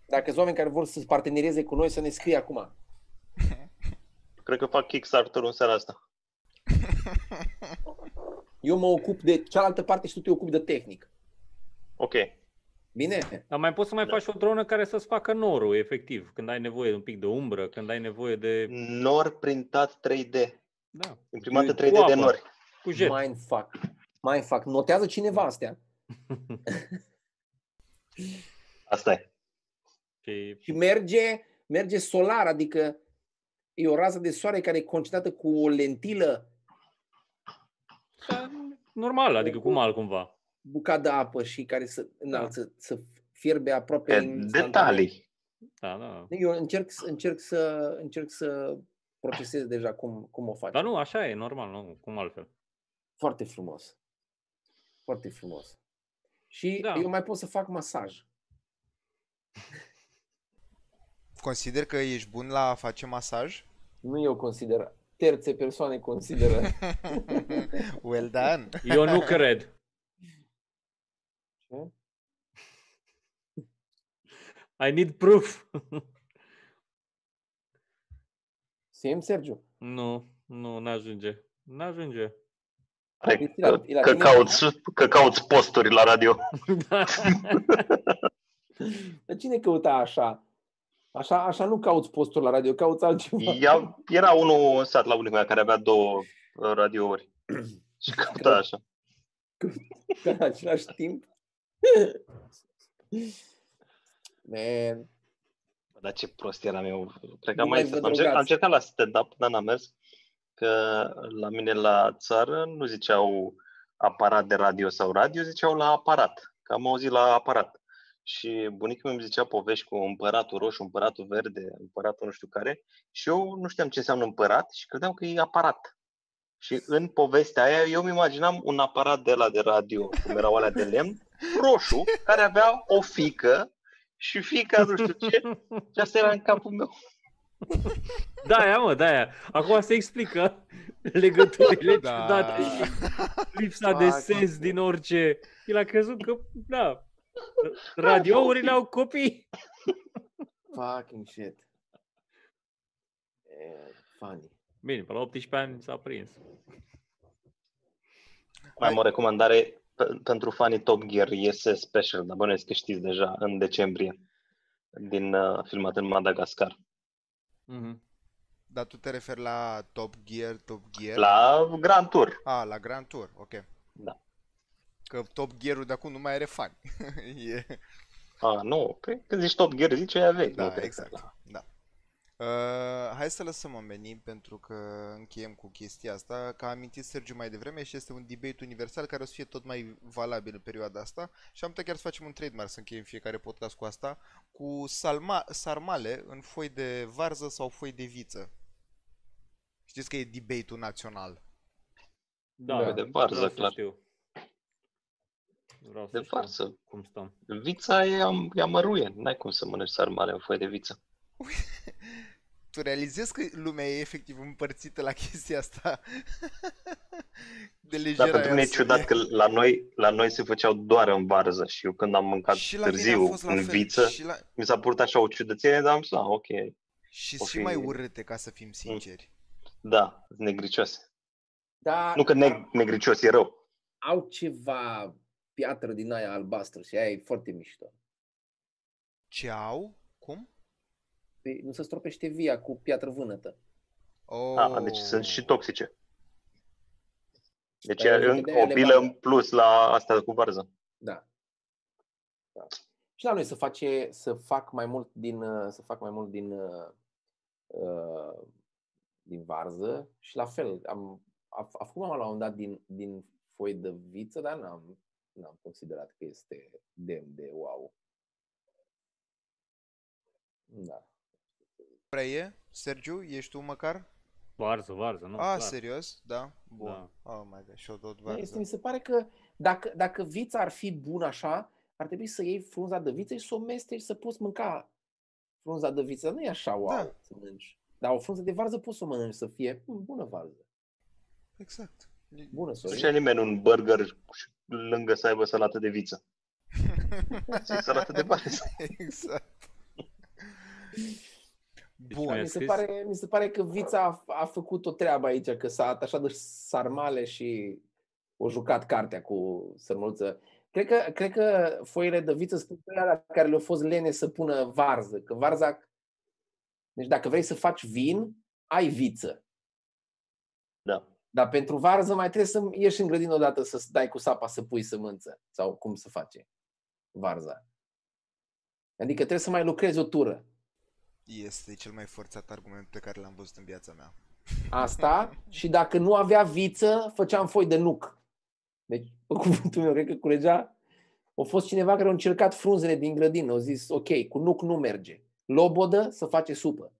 B: Dacă sunt oameni care vor să se partenerieze cu noi, să ne scrie acum.
D: Cred că fac Kickstarter în seara asta.
B: Eu mă ocup de cealaltă parte și tu te ocupi de tehnic.
D: Ok.
B: Bine?
C: Dar mai poți să mai
D: Da.
C: faci o dronă care să-ți facă norul, efectiv, când ai nevoie de un pic de umbră, când ai nevoie de...
D: Nor printat 3D.
C: Da,
D: Imprimată
B: Cu
D: 3D de
C: apă.
D: nori.
C: cu jet. Mai...
B: Mindfuck. Mindfuck. Notează cineva astea.
D: Asta e.
C: Și
B: Și merge, merge solar, adică e o rază de soare care e concentrată cu o lentilă,
C: da, normal, adică cum altcumva.
B: bucată de apă și care să,
C: Da.
B: da. să, să fierbe aproape
D: Pe
B: instantaneu.
D: detalii.
C: Da, da.
B: Eu încerc, să- încerc, să, încerc să procesez deja cum, cum o faci.
C: Dar nu, așa e, normal, nu, cum altfel.
B: Foarte frumos. Foarte frumos. Și
C: Da.
B: da. eu mai pot să fac masaj.
A: Consider că ești bun la a face masaj?
B: Nu eu consider, terțe persoane consideră.
A: well done!
C: Eu nu cred.
B: Ce?
C: I need proof.
B: Sim, Sergiu?
C: nu, nu, n-ajunge. N-ajunge.
D: Pare
B: Deci, la-
D: Că,
B: la
D: că,
B: tine-
D: cauți, că cauți posturi la radio.
C: Da.
B: Dar cine căuta așa? Așa, așa nu cauți postul la radio, cauți altceva.
D: Ia, era unul în sat la unica care avea două uh, radiouri. Și căuta așa.
B: Dar în același timp... Man.
D: Dar ce prost eram eu. Cred că
B: Nu
D: am
B: mai
D: mai
B: vă
D: stat. Am, încerc, am
B: drogați.
D: încercat la stand-up, dar n-am mers. Că la mine la țară nu ziceau aparat de radio sau radio, ziceau la aparat. Că am auzit la aparat. Și bunicul meu îmi zicea povești cu împăratul roșu, împăratul verde, împăratul nu știu care. Și eu nu știam ce înseamnă împărat și credeam că e aparat. Și în povestea aia eu îmi imaginam un aparat de la de radio, cum erau alea de lemn, roșu, care avea o fică și fica nu știu ce și asta era în capul meu.
C: Da, aia, mă, da, aia. Acum se explică legăturile da. ciudate și lipsa de
B: Fac.
C: sens din orice. El a crezut că, da, radiourile au copii.
B: Fucking shit. E, funny.
C: Bine, pe la 18 ani s-a prins.
D: Mai am
A: Hai.
D: o recomandare pe- pentru fanii Top Gear. Iese special, dar bănuiesc că știți deja, în decembrie, din uh, filmat în Madagascar.
A: Mhm.
C: Mm-hmm.
A: Dar tu te referi la Top Gear, Top Gear?
D: La Grand Tour.
A: A, la Grand Tour, ok.
D: Da.
A: Că Top Gear-ul de acum nu mai are fani. e...
D: A, nu, că când zici Top Gear, zici aia vechi. nu
A: Da,
D: cred că-
A: exact. Da. Uh, hai să lăsăm oamenii pentru că încheiem cu chestia asta. Că a amintit Sergiu mai devreme și este un debate universal care o să fie tot mai valabil în perioada asta și am putea chiar să facem un trademark să încheiem fiecare podcast cu asta, cu salma, sarmale în foi de varză sau foi de viță. Știți că e debate-ul național.
C: Da,
B: Da.
C: da.
D: De varză,
C: vreau să
D: clar.
C: știu. Vreau
D: De
C: să știu
D: varză.
C: cum stăm.
D: Vița e, am, e amăruie. N-ai cum să mănânci sarmale în foaie de viță.
A: Tu realizezi că lumea e efectiv împărțită la chestia asta? De
D: Dar
A: lejeră
D: Da, pentru mine e
A: aia să
D: ciudat
A: ne-
D: că la noi, la noi se făceau doar în varză și eu când am mâncat
A: și la mine a
D: târziu
A: fost la
D: în
A: fel,
D: viță,
A: Și, la...
D: mi s-a părut așa o ciudățenie, dar am zis, ah, ok,
A: și
D: O
A: și
D: fi-
A: mai urâte, ca să
C: Mm.
A: fim sinceri.
D: da, negricioase.
B: Da,
D: Nu că
B: dar
D: neg- negricios e rău.
B: au ceva piatră din aia albastră și aia e foarte mișto.
A: Ce au? Cum?
B: Păi Nu se stropește via cu piatră vânătă.
A: Oh.
D: Ah, deci sunt și toxice. Deci
B: Dar
D: e
B: eu zic
D: încă
B: de
D: o
B: ele
D: bilă
B: varză.
D: în plus la asta cu varză.
B: Da. da. Și la noi să face, să fac mai mult din, uh, să fac mai mult din, uh, uh, din varză și la fel, am, a, a făcut mama la un moment dat din, din foi de viță, dar n-am, n-am considerat că este demn de wow. Da.
A: Prea e? Sergiu, ești tu măcar?
C: Varză, varză, nu?
A: No, ah,
C: clar.
A: serios? Da? Bun. Da. Oh my god, și-o tot varză.
B: Este, mi se pare că dacă, dacă vița ar fi bună așa, ar trebui să iei frunza de viță și să o mesteci să poți mânca frunza de viță. Nu e așa, wow,
A: Da.
B: da. să mănânci. Dar o frunză de varză poți să o mănânci, să fie "Mm, bună varză.
A: Exact.
B: Bună,
D: Nu
B: Sorin.
D: știa nimeni un burger și lângă să aibă salată de viță. Să-i salată de varză.
A: exact.
C: mai
A: Bun.
C: ai
B: Mi se,
C: scris?
B: pare, mi se pare că vița a, a făcut o treabă aici, că s-a atașat de sarmale și o jucat cartea cu sărmăluță. Cred că, cred că foile de viță sunt pe alea care le-au fost lene să pună varză, că varza... Deci dacă vrei să faci vin, ai viță.
D: Da.
B: Dar pentru varză mai trebuie să ieși în grădină odată să dai cu sapa să pui sămânță. Sau cum se face varza. Adică trebuie să mai lucrezi o tură.
A: Este cel mai forțat argument pe care l-am văzut în viața mea.
B: Asta și dacă nu avea viță, făceam foi de nuc. Deci, pe cuvântul meu, cred că culegea. A fost cineva care a încercat frunzele din grădină. Au zis, ok, cu nuc nu merge. Lobodă să face supă.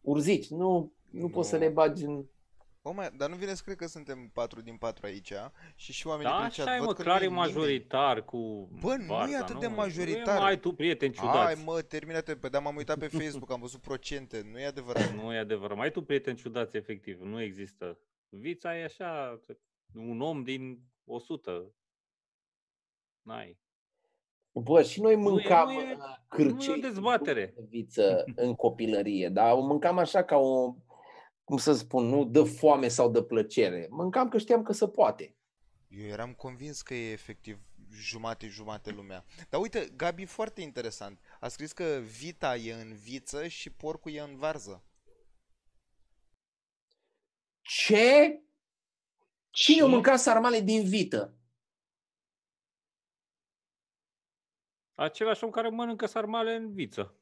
B: Urzici, nu, nu,
A: Nu.
B: poți să le bagi în...
A: Oh my, dar nu vine să cred că suntem 4 din 4 aici și și oamenii
C: Da,
A: prin chat
C: așa e,
A: văd
C: mă,
A: că
C: clar
A: nu
C: e
A: e nimeni.
C: majoritar cu
A: Bă, nu e
C: varza,
A: atât de
C: nu?
A: majoritar.
C: Nu e, Mai tu, prieteni
A: Hai
C: ciudați.
A: mă, terminate, pe da m-am uitat pe Facebook, am văzut procente, nu e adevărat.
C: Nu e adevărat. Mai ai tu, prieteni ciudați, efectiv. Nu există. Vița e așa, un om din 100. N-ai.
B: Bă, și noi
C: e-
B: mâncam
C: nu e-
B: uh, cârcei
C: nu e o dezbatere.
B: cu viță în copilărie, dar o mâncam așa ca o, cum să spun, nu de foame sau de plăcere. Mâncam că știam că se poate.
A: Eu eram convins că e efectiv jumate-jumate lumea. Dar uite, Gabi, foarte interesant. A scris că vita e în viță și porcul e în varză.
B: Ce? Cine
D: Ce?
B: a mâncat sarmale din vită?
C: Același om care mănâncă sarmale în viță.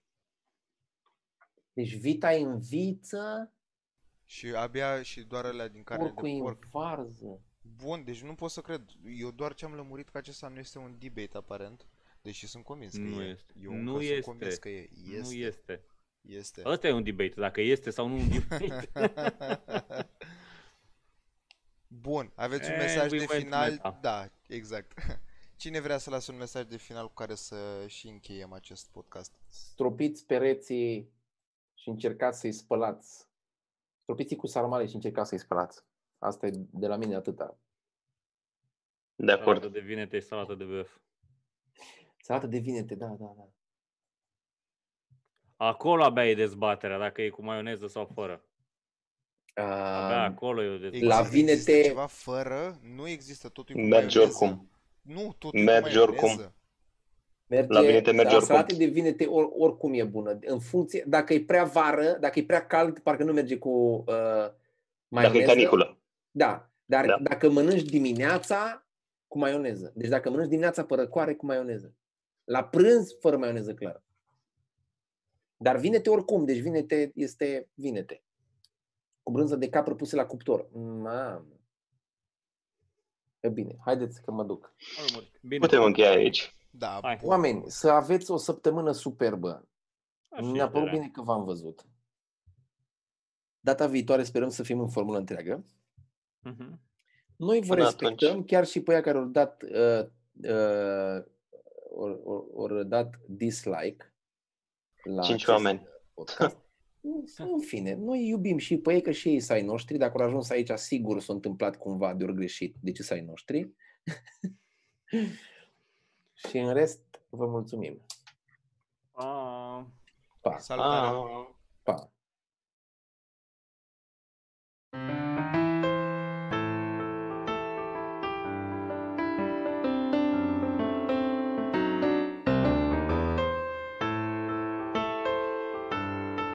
B: Deci vita e în viță,
A: Și abia și doar alea din carne
B: porcul e
A: de
B: în
A: porc.
B: varză.
A: Bun, deci nu pot să cred. Eu doar ce am lămurit că acesta nu este un debate aparent. Deși sunt convins că
C: Nu
A: e.
C: este.
A: Eu
C: Nu
A: încă
C: este.
A: sunt convins că e. Este.
C: Nu este.
A: Este.
C: Ăsta e un debate, dacă este sau nu un debate.
A: Bun, aveți un
C: And
A: mesaj
C: we
A: de
C: went
A: final.
C: meta.
A: Da, exact. Cine vrea să lasă un mesaj de final cu care să și încheiem acest podcast?
B: Stropiți pereții și încercați să-i spălați. Stropiți cu sarmale și încercați să-i spălați. Asta e de la mine atâta.
D: De
C: Salată
D: acord.
C: de vinete și salată de băf.
B: Salată de vinete, da, da, da.
C: Acolo abia e dezbaterea, dacă e cu maioneză sau fără. Abia
B: Uh,
C: acolo e o dezbatere.
A: Există-
B: vinete-
A: există ceva fără? Nu există, totul e cu
D: Merge
A: maioneză.
D: oricum.
A: Nu, totul e cu
D: Merge oricum.
A: maioneză.
B: merge,
D: La vinete merge
B: da,
D: oricum.
B: Salata de vinete or, oricum e bună. În funcție, dacă e prea vară, dacă e prea cald, parcă nu merge cu uh,
D: Dacă e
B: maioneză.
D: caniculă.
B: Da, dar
D: Da.
B: da. dacă mănânci dimineața cu maioneză. Deci dacă mănânci dimineața pe răcoare cu maioneză. La prânz fără maioneză clară. Dar vinete oricum, deci vinete este vinete. Cu brânză de capră puse la cuptor. Mamă. E bine, haideți că mă duc.
C: Bine.
D: Putem încheia aici.
A: Da,
C: Hai.
A: bun.
B: Oameni, să aveți o săptămână superbă.
C: Așa e
B: Mi-a părut
C: ideea.
B: bine că v-am văzut. Data viitoare sperăm să fim în formulă întreagă.
C: Mhm.
B: Noi vă
D: Până
B: respectăm
D: atunci.
B: chiar și pe aia care au dat, uh, uh, or, or, or dat dislike. La
D: Cinci
B: Da, acest
D: oameni.
B: podcast. În fine, noi iubim și pe ei că și ei sunt ai noștri. Dacă au ajuns aici, sigur s-a întâmplat cumva de ori greșit. De ce sunt ai noștri? și în rest, vă mulțumim.
C: Pa.
B: Pa!
A: Salutare!
D: Ah.
B: Pa!
A: Thank